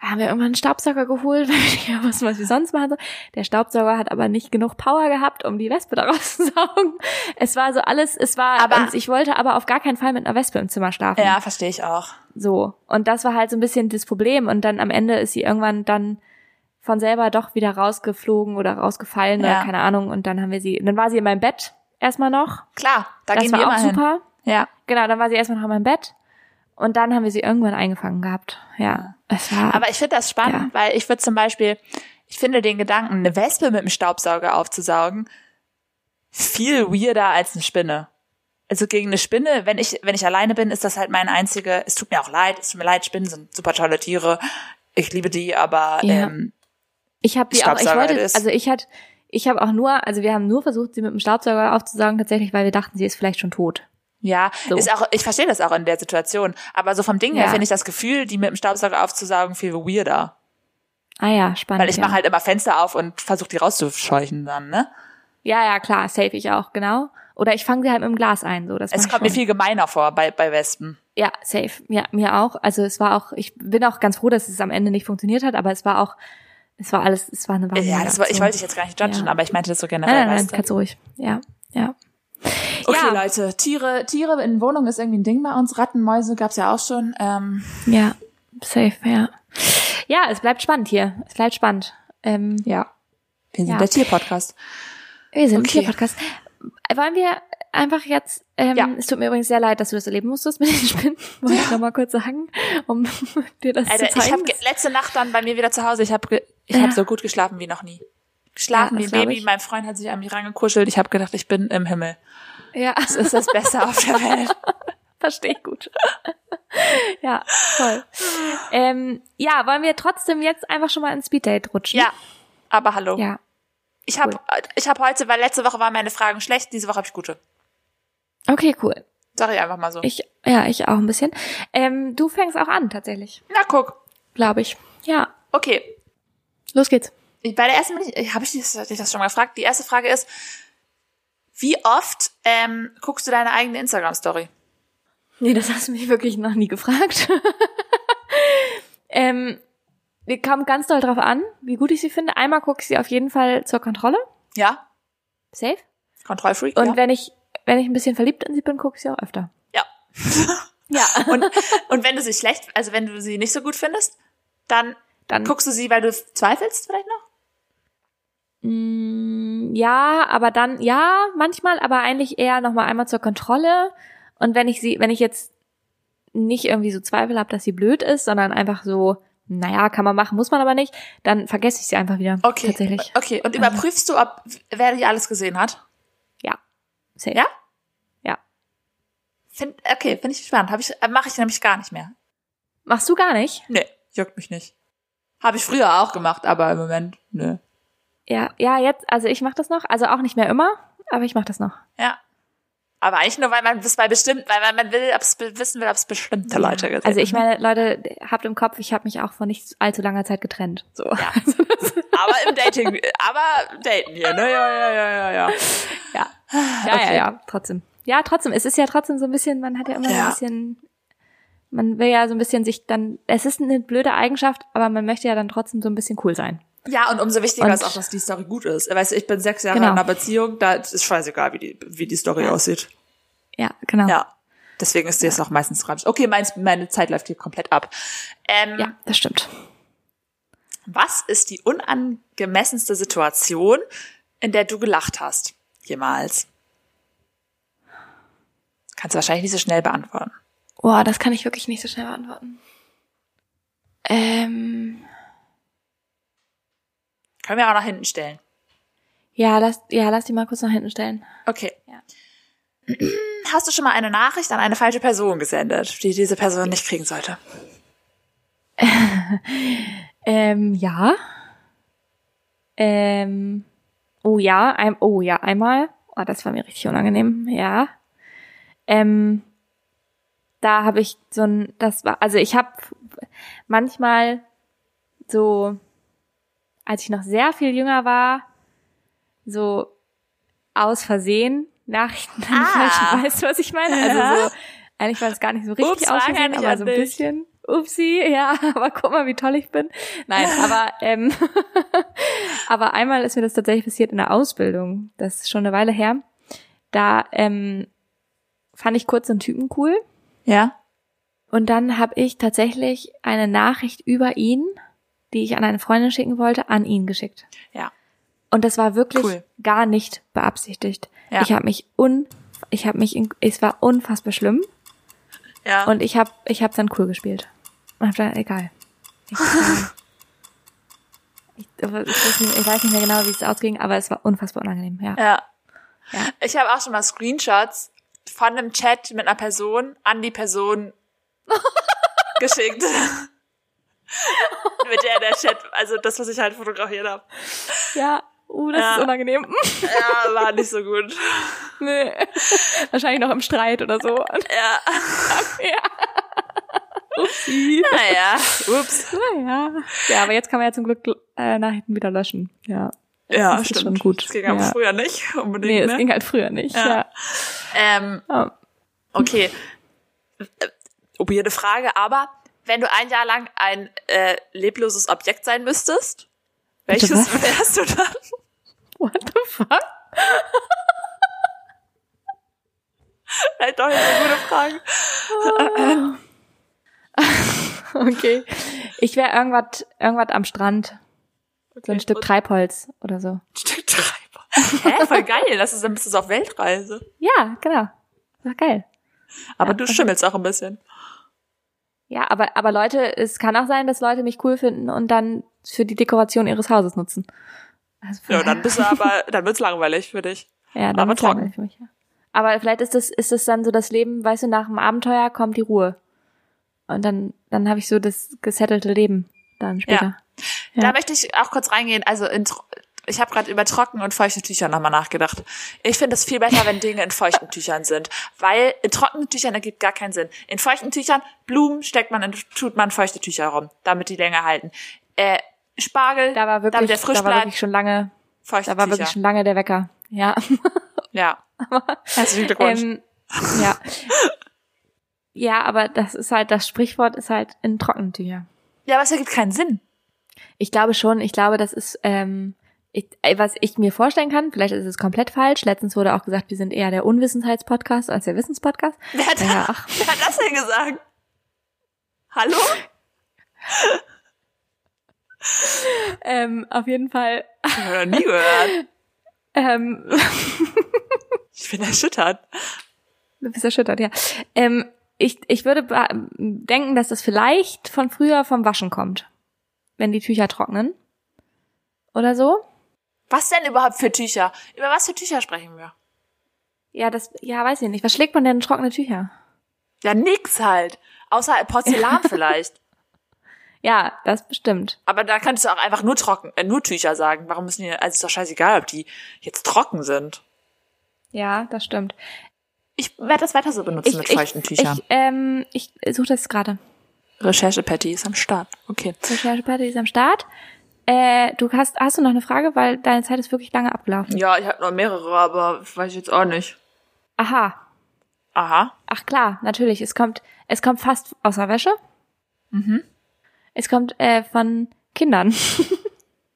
Speaker 2: Da haben wir irgendwann einen Staubsauger geholt, weil wir nicht mehr wussten, was wir sonst machen sollen. Der Staubsauger hat aber nicht genug Power gehabt, um die Wespe daraus zu saugen. Es war so alles, es war,
Speaker 1: Aber-
Speaker 2: und ich wollte aber auf gar keinen Fall mit einer Wespe im Zimmer schlafen.
Speaker 1: Ja, verstehe ich auch.
Speaker 2: So. Und das war halt so ein bisschen das Problem. Und dann am Ende ist sie irgendwann dann von selber doch wieder rausgeflogen oder rausgefallen
Speaker 1: Ja.
Speaker 2: oder keine Ahnung. Und dann haben wir sie, dann war sie in meinem Bett erstmal noch.
Speaker 1: Klar, da
Speaker 2: das
Speaker 1: gehen
Speaker 2: war
Speaker 1: wir
Speaker 2: auch
Speaker 1: immer hin.
Speaker 2: super.
Speaker 1: Ja.
Speaker 2: Genau, dann war sie erstmal noch in meinem Bett. Und dann haben wir sie irgendwann eingefangen gehabt. Ja. Es war.
Speaker 1: Aber ich finde das spannend, weil ich würde zum Beispiel, ich finde den Gedanken, eine Wespe mit dem Staubsauger aufzusaugen, viel weirder als eine Spinne. Also gegen eine Spinne, wenn ich, wenn ich alleine bin, ist das halt meine einzige, es tut mir auch leid, es tut mir leid, Spinnen sind super tolle Tiere. Ich liebe die, aber
Speaker 2: Ja.
Speaker 1: ähm,
Speaker 2: Ich habe die auch, ich
Speaker 1: Staubsauger
Speaker 2: wollte,
Speaker 1: ist.
Speaker 2: also ich hatte, ich habe auch nur, also wir haben nur versucht, sie mit dem Staubsauger aufzusaugen, tatsächlich, weil wir dachten, sie ist vielleicht schon tot.
Speaker 1: ja,
Speaker 2: So.
Speaker 1: ist auch, ich verstehe das auch in der Situation. Aber so vom Ding her
Speaker 2: Ja.
Speaker 1: finde ich das Gefühl, die mit dem Staubsauger aufzusaugen, viel weirder.
Speaker 2: Ah ja, spannend.
Speaker 1: Weil ich halt-
Speaker 2: ja.
Speaker 1: mache halt immer Fenster auf und versuche die rauszuscheuchen dann, ne?
Speaker 2: Ja, ja, klar, safe ich auch, genau. Oder ich fange sie halt mit dem Glas ein. So, das mach
Speaker 1: Es
Speaker 2: ich
Speaker 1: kommt mir
Speaker 2: schon.
Speaker 1: viel gemeiner vor bei, bei Wespen.
Speaker 2: Ja, safe. Ja, mir auch. Also es war auch, ich bin auch ganz froh, dass es am Ende nicht funktioniert hat, aber es war auch, es war alles, es war eine Wahnsinnige
Speaker 1: Ja, das war, ich
Speaker 2: Aktion.
Speaker 1: wollte dich jetzt gar nicht judgen,
Speaker 2: Ja.
Speaker 1: aber ich meinte das so generell.
Speaker 2: Nein, nein, nein,
Speaker 1: weißt du?
Speaker 2: kannst ruhig. Ja, ja.
Speaker 1: Okay,
Speaker 2: Ja.
Speaker 1: Leute, Tiere, Tiere in Wohnungen ist irgendwie ein Ding bei uns. Ratten, Mäuse gab's ja auch schon. Ähm,
Speaker 2: Ja, safe, ja. Ja, es bleibt spannend hier. Es bleibt spannend. Ähm,
Speaker 1: ja. Wir sind
Speaker 2: Ja.
Speaker 1: der Tierpodcast.
Speaker 2: wir sind
Speaker 1: Okay.
Speaker 2: hier Podcast. Wollen wir einfach jetzt, ähm,
Speaker 1: Ja.
Speaker 2: es tut mir übrigens sehr leid, dass du das erleben musstest mit den Spinnen. Wollte ich nochmal kurz sagen, um dir das
Speaker 1: Alter,
Speaker 2: zu zeigen.
Speaker 1: ich habe letzte Nacht dann bei mir wieder zu Hause. Ich habe ich
Speaker 2: Ja.
Speaker 1: hab so gut geschlafen wie noch nie. Geschlafen
Speaker 2: Ja,
Speaker 1: wie
Speaker 2: das
Speaker 1: ein
Speaker 2: glaub
Speaker 1: Baby.
Speaker 2: ich.
Speaker 1: Mein Freund hat sich an mich rangekuschelt. Ich habe gedacht, ich bin im Himmel.
Speaker 2: ja,
Speaker 1: Das ist das Beste auf der Welt.
Speaker 2: verstehe ich gut. ja, voll. Ähm, ja, wollen wir trotzdem jetzt einfach schon mal ins Speeddate rutschen?
Speaker 1: Ja, aber hallo.
Speaker 2: Ja.
Speaker 1: Ich habe
Speaker 2: cool.
Speaker 1: ich hab heute, weil letzte Woche waren meine Fragen schlecht, diese Woche habe ich gute.
Speaker 2: Okay, cool.
Speaker 1: Sag ich einfach mal so.
Speaker 2: Ich, ja, ich auch ein bisschen. Ähm, du fängst auch an, tatsächlich,
Speaker 1: Na guck.
Speaker 2: glaube ich. Ja,
Speaker 1: Okay,
Speaker 2: los geht's.
Speaker 1: Ich- Bei der ersten bin ich, habe ich dich das, dich das schon mal gefragt. Die erste Frage ist, wie oft ähm, guckst du deine eigene Instagram-Story?
Speaker 2: Nee, das hast du mich wirklich noch nie gefragt. ähm, wir kamen ganz doll drauf an, wie gut ich sie finde. Einmal gucke ich sie auf jeden Fall zur Kontrolle.
Speaker 1: Ja,
Speaker 2: Safe.
Speaker 1: Kontrollfreak.
Speaker 2: Und
Speaker 1: ja.
Speaker 2: wenn ich, wenn ich ein bisschen verliebt in sie bin, gucke ich sie auch öfter.
Speaker 1: Ja.
Speaker 2: ja.
Speaker 1: Und, und wenn du sie schlecht, also wenn du sie nicht so gut findest, dann
Speaker 2: Dann,
Speaker 1: guckst du sie, weil du zweifelst vielleicht noch?
Speaker 2: Mm, ja, aber dann, ja, manchmal, aber eigentlich eher nochmal einmal zur Kontrolle. Und wenn ich sie, wenn ich jetzt nicht irgendwie so Zweifel habe, dass sie blöd ist, sondern einfach so, naja, kann man machen, muss man aber nicht, dann vergesse ich sie einfach wieder.
Speaker 1: Okay. Äh,
Speaker 2: Tatsächlich.
Speaker 1: Okay, und überprüfst du, ob wer die alles gesehen hat?
Speaker 2: Safe.
Speaker 1: Ja?
Speaker 2: Ja.
Speaker 1: Find, okay, finde ich spannend. Hab ich, äh, Mache ich nämlich gar nicht mehr.
Speaker 2: Machst du gar nicht?
Speaker 1: Nee, juckt mich nicht. Habe ich früher auch gemacht, aber im Moment, nö.
Speaker 2: Ja, ja, jetzt, also ich mache das noch, also auch nicht mehr immer, aber ich mache das noch.
Speaker 1: Ja. Aber eigentlich nur, weil man das bei bestimmt, weil man, man will, ob's be- wissen will, ob es bestimmte Leute gesehen
Speaker 2: Also ich
Speaker 1: haben.
Speaker 2: meine, Leute, habt im Kopf, ich habe mich auch vor nicht allzu langer Zeit getrennt. So. Also,
Speaker 1: Ja. aber im Dating, aber daten hier, ne? Ja, ja, ja, ja, ja.
Speaker 2: Ja. Ja,
Speaker 1: Okay.
Speaker 2: ja, ja, trotzdem. Ja, trotzdem. Es ist ja trotzdem so ein bisschen, man hat ja immer so
Speaker 1: Ja.
Speaker 2: ein bisschen, man will ja so ein bisschen sich dann, es ist eine blöde Eigenschaft, aber man möchte ja dann trotzdem so ein bisschen cool sein.
Speaker 1: Ja, und umso wichtiger
Speaker 2: Und-
Speaker 1: ist auch, dass die Story gut ist. Weißt du, ich bin sechs Jahre
Speaker 2: Genau.
Speaker 1: in einer Beziehung, da ist scheißegal, wie die, wie die Story aussieht.
Speaker 2: Ja, genau. Ja,
Speaker 1: Ja. Deswegen ist dir es auch meistens tragisch. Okay, meins, meine Zeit läuft hier komplett ab. Ähm,
Speaker 2: das stimmt.
Speaker 1: Was ist die unangemessenste Situation, in der du gelacht hast? Jemals? Kannst du wahrscheinlich nicht so schnell beantworten.
Speaker 2: Boah, das kann ich wirklich nicht so schnell beantworten. Ähm,
Speaker 1: Können wir auch nach hinten stellen.
Speaker 2: ja, lass, ja, lass die mal kurz nach hinten stellen.
Speaker 1: Okay.
Speaker 2: Ja.
Speaker 1: Hast du schon mal eine Nachricht an eine falsche Person gesendet, die diese Person nicht kriegen sollte?
Speaker 2: Ähm, ja. Ähm, oh ja, ein, oh ja, einmal. Oh, das war mir richtig unangenehm, ja. Ähm, da habe ich so ein, das war, also ich habe manchmal so, als ich noch sehr viel jünger war, so aus Versehen Nachrichten an die
Speaker 1: Ah.
Speaker 2: falschen, weißt du, was ich meine? Also so, eigentlich war es gar nicht so richtig
Speaker 1: Ups,
Speaker 2: aus
Speaker 1: war gar
Speaker 2: Versehen,
Speaker 1: nicht
Speaker 2: aber
Speaker 1: an
Speaker 2: so ein
Speaker 1: dich.
Speaker 2: bisschen. Upsi, ja, aber guck mal, wie toll ich bin. Nein, aber ähm, aber einmal ist mir das tatsächlich passiert in der Ausbildung. Das ist schon eine Weile her. Da ähm, fand ich kurz einen Typen cool
Speaker 1: Ja.
Speaker 2: und dann habe ich tatsächlich eine Nachricht über ihn, die ich an eine Freundin schicken wollte, an ihn geschickt.
Speaker 1: Ja.
Speaker 2: Und das war wirklich
Speaker 1: Cool.
Speaker 2: gar nicht beabsichtigt.
Speaker 1: Ja.
Speaker 2: Ich habe mich un ich habe mich in, es war unfassbar schlimm
Speaker 1: Ja.
Speaker 2: und ich habe ich habe dann cool gespielt. Und hab dann egal. Ich, äh, ich, aber ich, weiß nicht, ich weiß nicht mehr genau, wie es ausging, aber es war unfassbar unangenehm, ja.
Speaker 1: ja.
Speaker 2: Ja.
Speaker 1: Ich habe auch schon mal Screenshots von einem Chat mit einer Person an die Person geschickt. mit der der Chat, also das, was ich halt fotografiert habe.
Speaker 2: Ja, uh, das
Speaker 1: Ja.
Speaker 2: ist unangenehm.
Speaker 1: Ja, war nicht so gut.
Speaker 2: nee. Wahrscheinlich noch im Streit oder so.
Speaker 1: Ja.
Speaker 2: Upsi.
Speaker 1: Naja. Ups.
Speaker 2: Naja. Ja, aber jetzt kann man ja zum Glück äh, Nachrichten wieder löschen. Ja.
Speaker 1: Ja,
Speaker 2: Das ist
Speaker 1: stimmt.
Speaker 2: schon gut.
Speaker 1: Das ging aber
Speaker 2: Ja.
Speaker 1: früher nicht unbedingt.
Speaker 2: Nee,
Speaker 1: ne?
Speaker 2: es ging halt früher nicht.
Speaker 1: Ja.
Speaker 2: Ja.
Speaker 1: ähm,
Speaker 2: Oh.
Speaker 1: okay. Äh, Weirde Frage, aber wenn du ein Jahr lang ein äh, lebloses Objekt sein müsstest,
Speaker 2: Bitte
Speaker 1: welches wärst du dann?
Speaker 2: What the fuck?
Speaker 1: Halt doch eine gute Frage.
Speaker 2: Okay. Ich wäre irgendwas, irgendwas am Strand. So ein Stück
Speaker 1: Und-
Speaker 2: Treibholz oder so.
Speaker 1: Stück Treiber. Hä, voll geil. Das ist, dann bist du so auf Weltreise.
Speaker 2: Ja, genau. Das war geil.
Speaker 1: Aber
Speaker 2: Ja,
Speaker 1: du
Speaker 2: okay.
Speaker 1: schimmelst auch ein bisschen.
Speaker 2: Ja, aber, aber Leute, es kann auch sein, dass Leute mich cool finden und dann für die Dekoration ihres Hauses nutzen. Also von
Speaker 1: Ja, dann
Speaker 2: daher-
Speaker 1: bist du aber, dann wird's langweilig für dich.
Speaker 2: ja, dann
Speaker 1: aber
Speaker 2: wird's langweilig
Speaker 1: trocken.
Speaker 2: Für mich, ja. Aber vielleicht ist das, ist das dann so das Leben, weißt du, nach dem Abenteuer kommt die Ruhe. Und dann, dann habe ich so das gesettelte Leben dann später. Ja.
Speaker 1: Da möchte ich auch kurz reingehen. Also in, tro- ich habe gerade über trocken und feuchte Tücher nochmal nachgedacht. Ich finde es viel besser, wenn Dinge in feuchten Tüchern sind, weil in trockenen Tüchern ergibt gar keinen Sinn. In feuchten Tüchern Blumen steckt man, in, tut man feuchte Tücher rum, damit die länger halten. Äh, Spargel,
Speaker 2: Da war wirklich,
Speaker 1: damit der frisch
Speaker 2: da war
Speaker 1: bleibt,
Speaker 2: wirklich schon lange,
Speaker 1: feuchte
Speaker 2: da war
Speaker 1: Tücher.
Speaker 2: wirklich schon lange der Wecker. Ja.
Speaker 1: ja. Herzlichen Glückwunsch.
Speaker 2: Ähm, ja. ja, aber das ist halt, das Sprichwort ist halt in Trockentücher.
Speaker 1: ja, aber es ergibt keinen Sinn.
Speaker 2: Ich glaube schon, ich glaube, das ist, ähm, ich, äh, was ich mir vorstellen kann, vielleicht ist es komplett falsch. Letztens wurde auch gesagt, wir sind eher der Unwissenheitspodcast als der Wissenspodcast.
Speaker 1: Wer hat,
Speaker 2: Ja, ach.
Speaker 1: wer hat das denn gesagt? Hallo?
Speaker 2: Ähm, auf jeden Fall.
Speaker 1: Ich habe noch nie gehört.
Speaker 2: Ähm,
Speaker 1: Ich bin erschüttert.
Speaker 2: Du bist erschüttert, ja. Ähm, ich, ich würde ba- denken, dass das vielleicht von früher vom Waschen kommt. Wenn die Tücher trocknen. Oder so.
Speaker 1: Was denn überhaupt für Tücher? Über was für Tücher sprechen wir?
Speaker 2: Ja, das, ja, weiß ich nicht. Was schlägt man denn in trockene Tücher?
Speaker 1: Ja, nix halt. Außer Porzellan vielleicht.
Speaker 2: Ja, das bestimmt.
Speaker 1: Aber da könntest du auch einfach nur trocken, äh, nur Tücher sagen. Warum müssen die, also ist doch scheißegal, ob die jetzt trocken sind.
Speaker 2: Ja, das stimmt.
Speaker 1: Ich werde das weiter so benutzen mit feuchten Tüchern.
Speaker 2: Ich, ähm, ich suche das gerade.
Speaker 1: Recherche Patty ist am Start. Okay.
Speaker 2: Rechercheparty ist am Start. Äh, du hast, hast du noch eine Frage, weil deine Zeit ist wirklich lange abgelaufen.
Speaker 1: Ja, ich habe noch mehrere, aber weiß ich jetzt auch nicht.
Speaker 2: Aha.
Speaker 1: Aha.
Speaker 2: Ach klar, natürlich. Es kommt, es kommt fast aus der Wäsche.
Speaker 1: Mhm.
Speaker 2: Es kommt äh, von Kindern.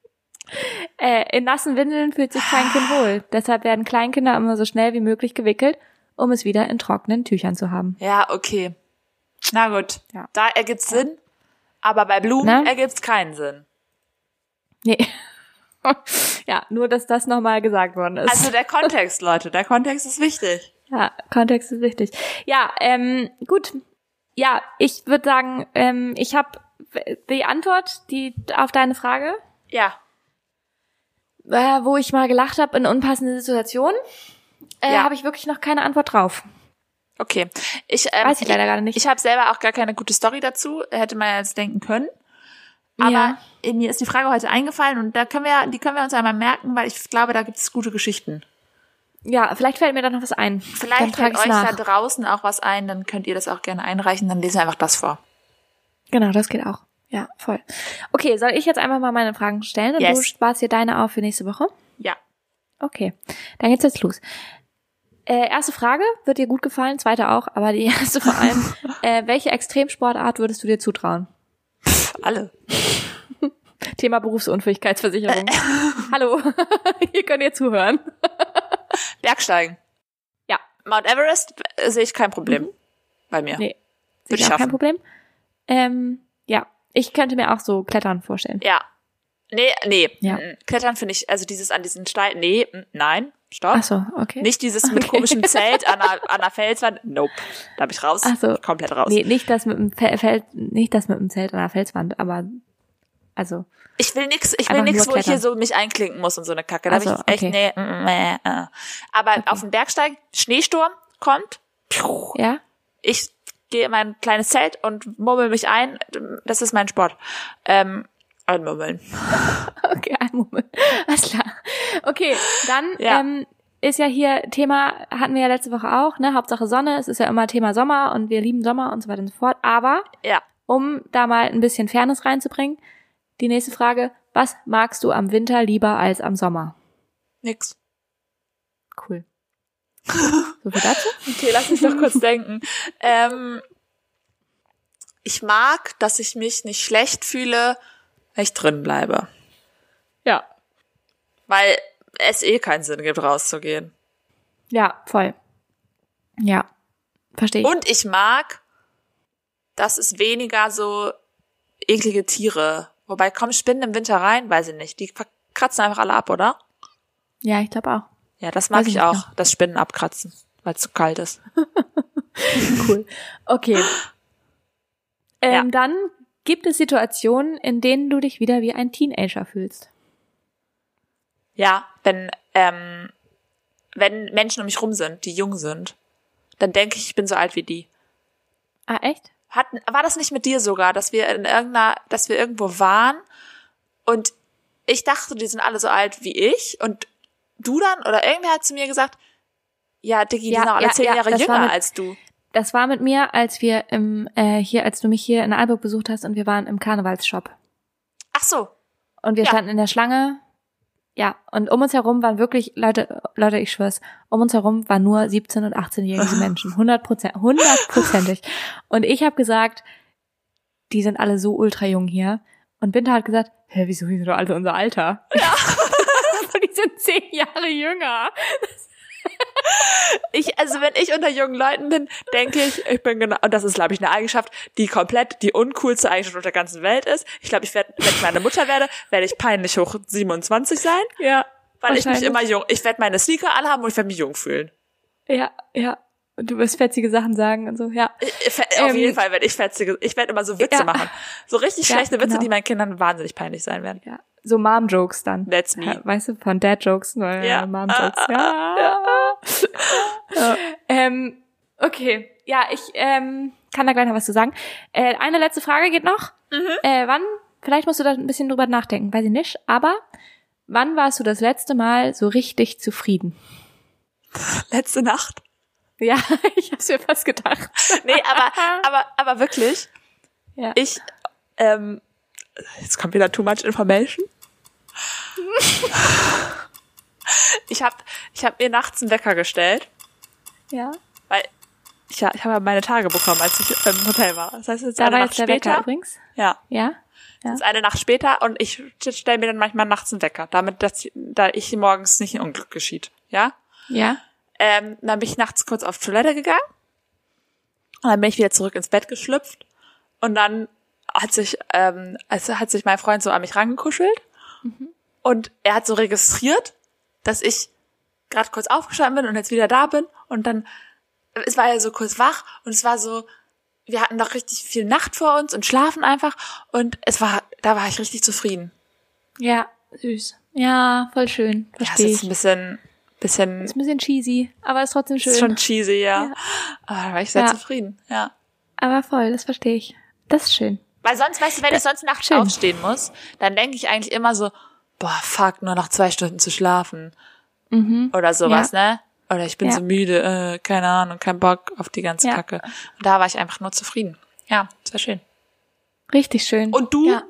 Speaker 2: äh, in nassen Windeln fühlt sich kein Kind wohl. Deshalb werden Kleinkinder immer so schnell wie möglich gewickelt, um es wieder in trockenen Tüchern zu haben.
Speaker 1: Ja, okay. Na gut.
Speaker 2: Ja. Ne?
Speaker 1: Da ergibt's Sinn, aber bei Blumen
Speaker 2: Na?
Speaker 1: ergibt's keinen Sinn.
Speaker 2: Nee. ja, nur dass das nochmal gesagt worden ist.
Speaker 1: Also der Kontext, Leute, der Kontext ist wichtig.
Speaker 2: ja, Kontext ist wichtig. Ja, ähm, gut. Ja, ich würde sagen, ähm, ich habe die Antwort, die auf deine Frage,
Speaker 1: Ja.
Speaker 2: äh, wo ich mal gelacht habe in unpassende Situationen, äh,
Speaker 1: Ja.
Speaker 2: habe ich wirklich noch keine Antwort drauf.
Speaker 1: Okay. Ich, ähm,
Speaker 2: Weiß ich leider gerade nicht.
Speaker 1: Ich habe selber auch gar keine gute Story dazu, hätte man ja jetzt denken können. Aber äh, mir ist die Frage heute eingefallen und da können wir, ja- die können wir uns einmal merken, weil ich glaube, da gibt es gute Geschichten.
Speaker 2: Ja, vielleicht fällt mir da noch was ein. dann
Speaker 1: Vielleicht
Speaker 2: trag
Speaker 1: fällt
Speaker 2: ich's
Speaker 1: euch
Speaker 2: nach.
Speaker 1: da draußen auch was ein, dann könnt ihr das auch gerne einreichen, dann lesen wir einfach das vor.
Speaker 2: Genau, das geht auch. Ja, voll. Okay, soll ich jetzt einfach mal meine Fragen stellen und
Speaker 1: Yes.
Speaker 2: du sparst dir deine auf für nächste Woche?
Speaker 1: Ja.
Speaker 2: Okay, dann geht's jetzt los. Äh, erste Frage, wird dir gut gefallen, zweite auch, aber die erste vor allem. äh, welche Extremsportart würdest du dir zutrauen?
Speaker 1: Alle.
Speaker 2: Thema Berufsunfähigkeitsversicherung. Hallo, hier könnt ihr zuhören.
Speaker 1: Bergsteigen.
Speaker 2: Ja. Mhm.
Speaker 1: Mount Everest äh, sehe ich kein Problem. Bei mir.
Speaker 2: Nee.
Speaker 1: Würde ich
Speaker 2: Sicher auch
Speaker 1: schaffen.
Speaker 2: kein Problem. Ähm, ja, ich könnte mir auch so Klettern vorstellen.
Speaker 1: Ja. Nee, nee.
Speaker 2: Ja.
Speaker 1: Mm, mm. Klettern finde ich, also dieses an diesen Stein, nee, mm, nein, stopp.
Speaker 2: Ach so, okay.
Speaker 1: Nicht dieses mit
Speaker 2: Okay.
Speaker 1: komischem Zelt an einer, an einer Felswand. Nope. Da bin ich raus.
Speaker 2: Ach so.
Speaker 1: Komplett raus.
Speaker 2: Nee, nicht das mit dem Fe- Feld, nicht das mit dem Zelt an der Felswand, aber also
Speaker 1: Ich will nix, ich will
Speaker 2: Einfach
Speaker 1: nix,
Speaker 2: nur
Speaker 1: wo ich hier
Speaker 2: klettern.
Speaker 1: so mich einklinken muss und so eine Kacke. Da
Speaker 2: Also,
Speaker 1: hab ich echt,
Speaker 2: okay.
Speaker 1: nee, mm, mm, äh. Aber auf den Bergsteigen, Schneesturm kommt, Piu.
Speaker 2: ja,
Speaker 1: ich gehe in mein kleines Zelt und murmel mich ein. Das ist mein Sport. Ähm, einmurmeln.
Speaker 2: okay, einen Moment, alles klar. Okay, dann
Speaker 1: Ja.
Speaker 2: ähm, ist ja hier Thema hatten wir ja letzte Woche auch, ne? Hauptsache Sonne, es ist ja immer Thema Sommer und wir lieben Sommer und so weiter und so fort. Aber
Speaker 1: Ja.
Speaker 2: um da mal ein bisschen Fairness reinzubringen, die nächste Frage: Was magst du am Winter lieber als am Sommer?
Speaker 1: Nix.
Speaker 2: Cool. so viel dazu?
Speaker 1: Okay, lass mich noch kurz denken. Ähm, ich mag, dass ich mich nicht schlecht fühle, wenn ich drin bleibe.
Speaker 2: Ja.
Speaker 1: Weil es eh keinen Sinn gibt, rauszugehen.
Speaker 2: Ja, voll. Ja. Verstehe ich.
Speaker 1: Und ich mag, dass es weniger so eklige Tiere. Wobei kommen Spinnen im Winter rein, weiß ich nicht. Die kratzen einfach alle ab, oder?
Speaker 2: ja, ich glaube auch.
Speaker 1: Ja, das mag
Speaker 2: Weiß ich
Speaker 1: ich
Speaker 2: nicht
Speaker 1: auch, das Spinnen abkratzen, weil es zu kalt ist.
Speaker 2: Cool. Okay. Ähm,
Speaker 1: Ja.
Speaker 2: Dann gibt es Situationen, in denen du dich wieder wie ein Teenager fühlst.
Speaker 1: Ja, wenn, ähm, wenn Menschen um mich rum sind, die jung sind, dann denke ich, ich bin so alt wie die.
Speaker 2: Ah, echt?
Speaker 1: Hat, war das nicht mit dir sogar, dass wir in irgendeiner, dass wir irgendwo waren und ich dachte, die sind alle so alt wie ich und du dann oder irgendwer hat zu mir gesagt, ja, Diggi, die
Speaker 2: Ja,
Speaker 1: sind auch alle
Speaker 2: ja,
Speaker 1: zehn
Speaker 2: ja,
Speaker 1: Jahre
Speaker 2: das war
Speaker 1: jünger
Speaker 2: mit-
Speaker 1: als du.
Speaker 2: Das war mit mir, als wir im, äh, hier, als du mich hier in Alburg besucht hast und wir waren im Karnevalsshop.
Speaker 1: Ach so,
Speaker 2: Und wir
Speaker 1: Ja.
Speaker 2: standen in der Schlange. Ja, und um uns herum waren wirklich, Leute, Leute, ich schwör's, um uns herum waren nur 17- und 18-jährige Menschen. 100 Prozent, hundertprozentig. Und ich habe gesagt, die sind alle so ultra jung hier. Und Binta hat gesagt, hä, wieso sind die doch alle unser Alter? Ja. die sind zehn Jahre jünger.
Speaker 1: Ich, also wenn ich unter jungen Leuten bin, denke ich, ich bin genau, und das ist, glaube ich, eine Eigenschaft, die komplett die uncoolste Eigenschaft auf der ganzen Welt ist. Ich glaube, ich werde, wenn ich meine Mutter werde, werde ich peinlich hoch 27 sein,
Speaker 2: Ja.
Speaker 1: weil ich mich
Speaker 2: Wahrscheinlich.
Speaker 1: immer jung, ich werde meine Sneaker anhaben und ich werde mich jung fühlen.
Speaker 2: Ja, ja. Und du wirst fetzige Sachen sagen und so, ja.
Speaker 1: Ich, ich, fe- auf
Speaker 2: Ähm,
Speaker 1: jeden Fall werde ich fetzige, ich werde immer so Witze
Speaker 2: ja.
Speaker 1: machen. So richtig
Speaker 2: Ja,
Speaker 1: schlechte Witze,
Speaker 2: genau.
Speaker 1: die meinen Kindern wahnsinnig peinlich sein werden.
Speaker 2: Ja, so Mom-Jokes dann.
Speaker 1: That's me.
Speaker 2: Ja, Weißt du, von Dad-Jokes, neue
Speaker 1: Ja.
Speaker 2: Mom-Jokes. Ja. Ja. Ähm, okay, ja, ich ähm, kann da gleich noch was zu sagen. Äh, eine letzte Frage geht noch.
Speaker 1: Mhm.
Speaker 2: Äh, wann, vielleicht musst du da ein bisschen drüber nachdenken, weiß ich nicht, aber wann warst du das letzte Mal so richtig zufrieden?
Speaker 1: Letzte Nacht.
Speaker 2: Ja, ich hab's mir fast gedacht.
Speaker 1: Nee, aber, aber, aber wirklich,
Speaker 2: Ja.
Speaker 1: ich, ähm, jetzt kommt wieder too much information. ich habe ich hab mir nachts einen Wecker gestellt,
Speaker 2: Ja,
Speaker 1: weil ich, ja, ich habe ja meine Tage bekommen, als ich im Hotel war. Das heißt, jetzt
Speaker 2: da
Speaker 1: eine
Speaker 2: war
Speaker 1: Nacht
Speaker 2: jetzt der Wecker
Speaker 1: später.
Speaker 2: übrigens.
Speaker 1: ja,
Speaker 2: Ja,
Speaker 1: das ist eine Nacht später und ich stelle mir dann manchmal nachts einen Wecker, damit dass, da ich morgens nicht ein Unglück geschieht. Ja?
Speaker 2: ja.
Speaker 1: Ähm, dann bin ich nachts kurz auf Toilette gegangen. Und dann bin ich wieder zurück ins Bett geschlüpft. Und dann hat sich, ähm, also hat sich mein Freund so an mich rangekuschelt.
Speaker 2: Mhm.
Speaker 1: Und er hat so registriert, dass ich gerade kurz aufgestanden bin und jetzt wieder da bin. Und dann, äh, es war ja so kurz wach und es war so, wir hatten doch richtig viel Nacht vor uns und schlafen einfach. Und es war, da war ich richtig zufrieden.
Speaker 2: Ja, süß. Ja, voll schön.
Speaker 1: Ja, es
Speaker 2: Verstehe
Speaker 1: ist
Speaker 2: ich.
Speaker 1: ein bisschen, bisschen,
Speaker 2: Ist ein bisschen cheesy, aber ist trotzdem schön.
Speaker 1: ist schon cheesy, ja. Aber da war ich sehr
Speaker 2: Ja.
Speaker 1: zufrieden, ja.
Speaker 2: aber voll, das verstehe ich. Das ist schön.
Speaker 1: Weil sonst, weißt du, wenn ich sonst nachts
Speaker 2: Schön.
Speaker 1: aufstehen muss, dann denke ich eigentlich immer so, boah, fuck, nur noch zwei Stunden zu schlafen
Speaker 2: Mhm.
Speaker 1: oder sowas, ne? Oder ich bin
Speaker 2: Ja.
Speaker 1: so müde, äh, keine Ahnung, kein Bock auf die ganze
Speaker 2: Ja.
Speaker 1: Kacke. Und da war ich einfach nur zufrieden. Ja, sehr schön.
Speaker 2: Richtig schön.
Speaker 1: Und du?
Speaker 2: Ja.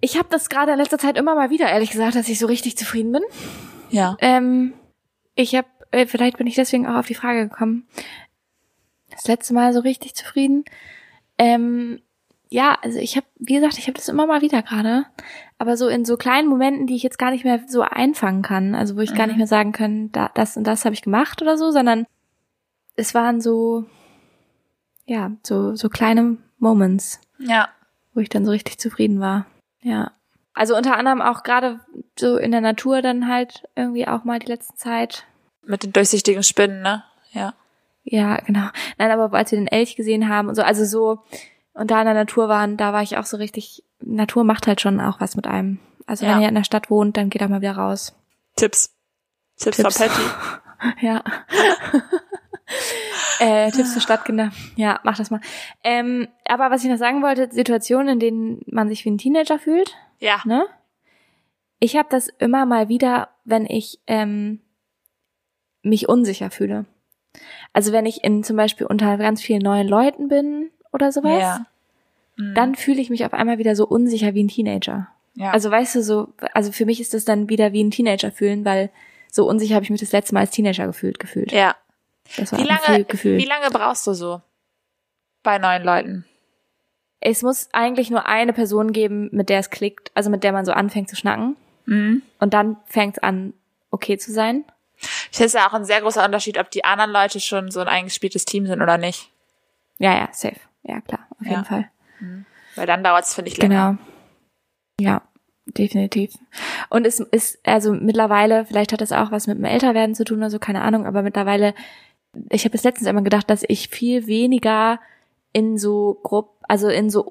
Speaker 2: Ich habe das gerade in letzter Zeit immer mal wieder, ehrlich gesagt, dass ich so richtig zufrieden bin.
Speaker 1: Ja.
Speaker 2: Ähm, ich habe, äh, vielleicht bin ich deswegen auch auf die Frage gekommen. Das letzte Mal so richtig zufrieden. Ähm, ja, also ich habe, wie gesagt, ich habe das immer mal wieder gerade, aber so in so kleinen Momenten, die ich jetzt gar nicht mehr so einfangen kann, also wo ich gar
Speaker 1: Mhm.
Speaker 2: nicht mehr sagen kann, da, das und das habe ich gemacht oder so, sondern es waren so, ja, so so kleine Moments
Speaker 1: Ja.
Speaker 2: wo ich dann so richtig zufrieden war. Ja. Also unter anderem auch gerade so in der Natur dann halt irgendwie auch mal die letzte Zeit.
Speaker 1: Mit den durchsichtigen Spinnen, ne? Ja.
Speaker 2: Ja, genau. Nein, aber als wir den Elch gesehen haben und so, also so und da in der Natur waren, da war ich auch so richtig, Natur macht halt schon auch was mit einem. Also
Speaker 1: Ja.
Speaker 2: wenn ihr in der Stadt wohnt, dann geht auch mal wieder raus.
Speaker 1: Tipps. Tipps,
Speaker 2: Tipps.
Speaker 1: von Patty.
Speaker 2: Ja. äh, Tipps für Stadtkinder. Ja, mach das mal. Ähm, aber was ich noch sagen wollte, Situationen, in denen man sich wie ein Teenager fühlt,
Speaker 1: Ja.
Speaker 2: ne? Ich habe das immer mal wieder, wenn ich ähm, mich unsicher fühle. Also wenn ich in zum Beispiel unter ganz vielen neuen Leuten bin oder sowas,
Speaker 1: Ja. Mhm.
Speaker 2: dann fühle ich mich auf einmal wieder so unsicher wie ein Teenager.
Speaker 1: ja.
Speaker 2: Also weißt du, so, also für mich ist das dann wieder wie ein Teenager fühlen, weil so unsicher habe ich mich das letzte Mal als Teenager gefühlt, gefühlt.
Speaker 1: ja.
Speaker 2: Das war
Speaker 1: Wie
Speaker 2: ein
Speaker 1: lange,
Speaker 2: Gefühl.
Speaker 1: wie lange brauchst du so bei neuen Leuten?
Speaker 2: es muss eigentlich nur eine Person geben, mit der es klickt, also mit der man so anfängt zu schnacken.
Speaker 1: Mhm.
Speaker 2: Und dann fängt es an, okay zu sein.
Speaker 1: Ich finde es ja auch ein sehr großer Unterschied, ob die anderen Leute schon so ein eingespieltes Team sind oder nicht.
Speaker 2: Ja, ja, safe. Ja, klar, auf
Speaker 1: Ja.
Speaker 2: jeden Fall.
Speaker 1: Weil dann dauert es, finde ich, länger.
Speaker 2: Genau. Ja, definitiv. Und es ist, also mittlerweile, vielleicht hat das auch was mit dem Älterwerden zu tun oder so, keine Ahnung, aber mittlerweile, ich habe bis letztens immer gedacht, dass ich viel weniger in so Grupp, also in so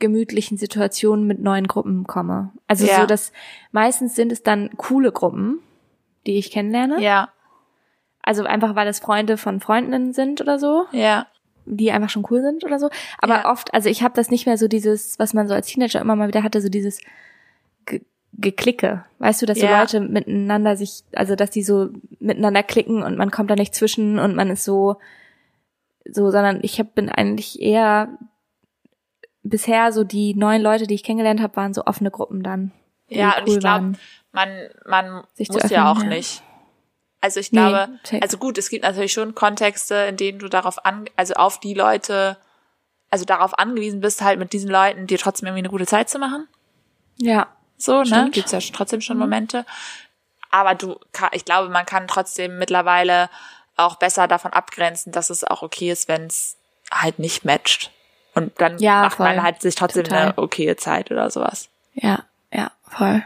Speaker 2: ungemütlichen Situationen mit neuen Gruppen komme. Also
Speaker 1: Ja.
Speaker 2: so, dass meistens sind es dann coole Gruppen, die ich kennenlerne.
Speaker 1: Ja,
Speaker 2: Also einfach, weil es Freunde von Freundinnen sind oder so
Speaker 1: ja,
Speaker 2: die einfach schon cool sind oder so. Aber
Speaker 1: Ja.
Speaker 2: oft, also ich habe das nicht mehr so dieses, was man so als Teenager immer mal wieder hatte, so dieses Ge- Geklicke. Weißt du, dass
Speaker 1: Ja.
Speaker 2: die Leute miteinander sich, also dass die so miteinander klicken und man kommt da nicht zwischen und man ist so, so, sondern ich hab, bin eigentlich eher bisher so die neuen Leute, die ich kennengelernt habe, waren so offene Gruppen dann. die
Speaker 1: ja. und ich glaube,
Speaker 2: waren.
Speaker 1: man, man
Speaker 2: Sich zu
Speaker 1: muss ja auch
Speaker 2: öffnen, ja.
Speaker 1: nicht. Also ich
Speaker 2: Nee,
Speaker 1: glaube,
Speaker 2: check.
Speaker 1: also gut, es gibt natürlich schon Kontexte, in denen du darauf an, also auf die Leute, also darauf angewiesen bist, halt mit diesen Leuten dir trotzdem irgendwie eine gute Zeit zu machen.
Speaker 2: ja,
Speaker 1: So, ne?
Speaker 2: Stimmt.
Speaker 1: gibt's ja trotzdem schon Momente. Aber du, ka- ich glaube, man kann trotzdem mittlerweile auch besser davon abgrenzen, dass es auch okay ist, wenn es halt nicht matcht. Und dann
Speaker 2: Ja,
Speaker 1: macht
Speaker 2: voll.
Speaker 1: man halt sich trotzdem eine
Speaker 2: Total.
Speaker 1: okaye Zeit oder sowas.
Speaker 2: ja, ja, voll.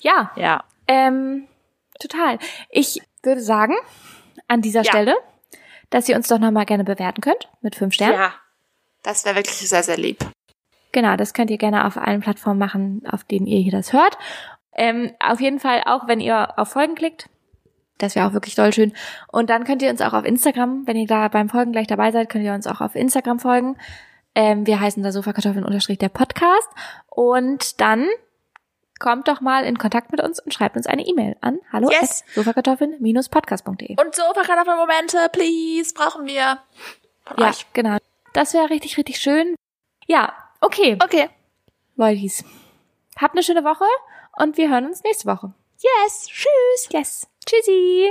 Speaker 2: Ja,
Speaker 1: Ja.
Speaker 2: Ähm, total. Ich würde sagen, an dieser
Speaker 1: Ja.
Speaker 2: Stelle, dass ihr uns doch nochmal gerne bewerten könnt mit fünf Sternen.
Speaker 1: Das wäre wirklich sehr, sehr lieb.
Speaker 2: Genau, das könnt ihr gerne auf allen Plattformen machen, auf denen ihr hier das hört. Ähm, auf jeden Fall auch, wenn ihr auf Folgen klickt. Das wäre auch wirklich doll schön. Und dann könnt ihr uns auch auf Instagram, wenn ihr da beim Folgen gleich dabei seid, könnt ihr uns auch auf Instagram folgen. Ähm, wir heißen da Sofakartoffeln unterstrich der Podcast. Und dann kommt doch mal in Kontakt mit uns und schreibt uns eine E-Mail an hallo
Speaker 1: Yes.
Speaker 2: sofakartoffeln-podcast.de.
Speaker 1: Und so Momente, please, brauchen wir von
Speaker 2: Ja,
Speaker 1: euch.
Speaker 2: genau. Das wäre richtig, richtig schön. Ja, okay.
Speaker 1: Okay.
Speaker 2: Leutis. Habt eine schöne Woche und wir hören uns nächste Woche.
Speaker 1: Yes. Tschüss.
Speaker 2: Yes. Tschüssi.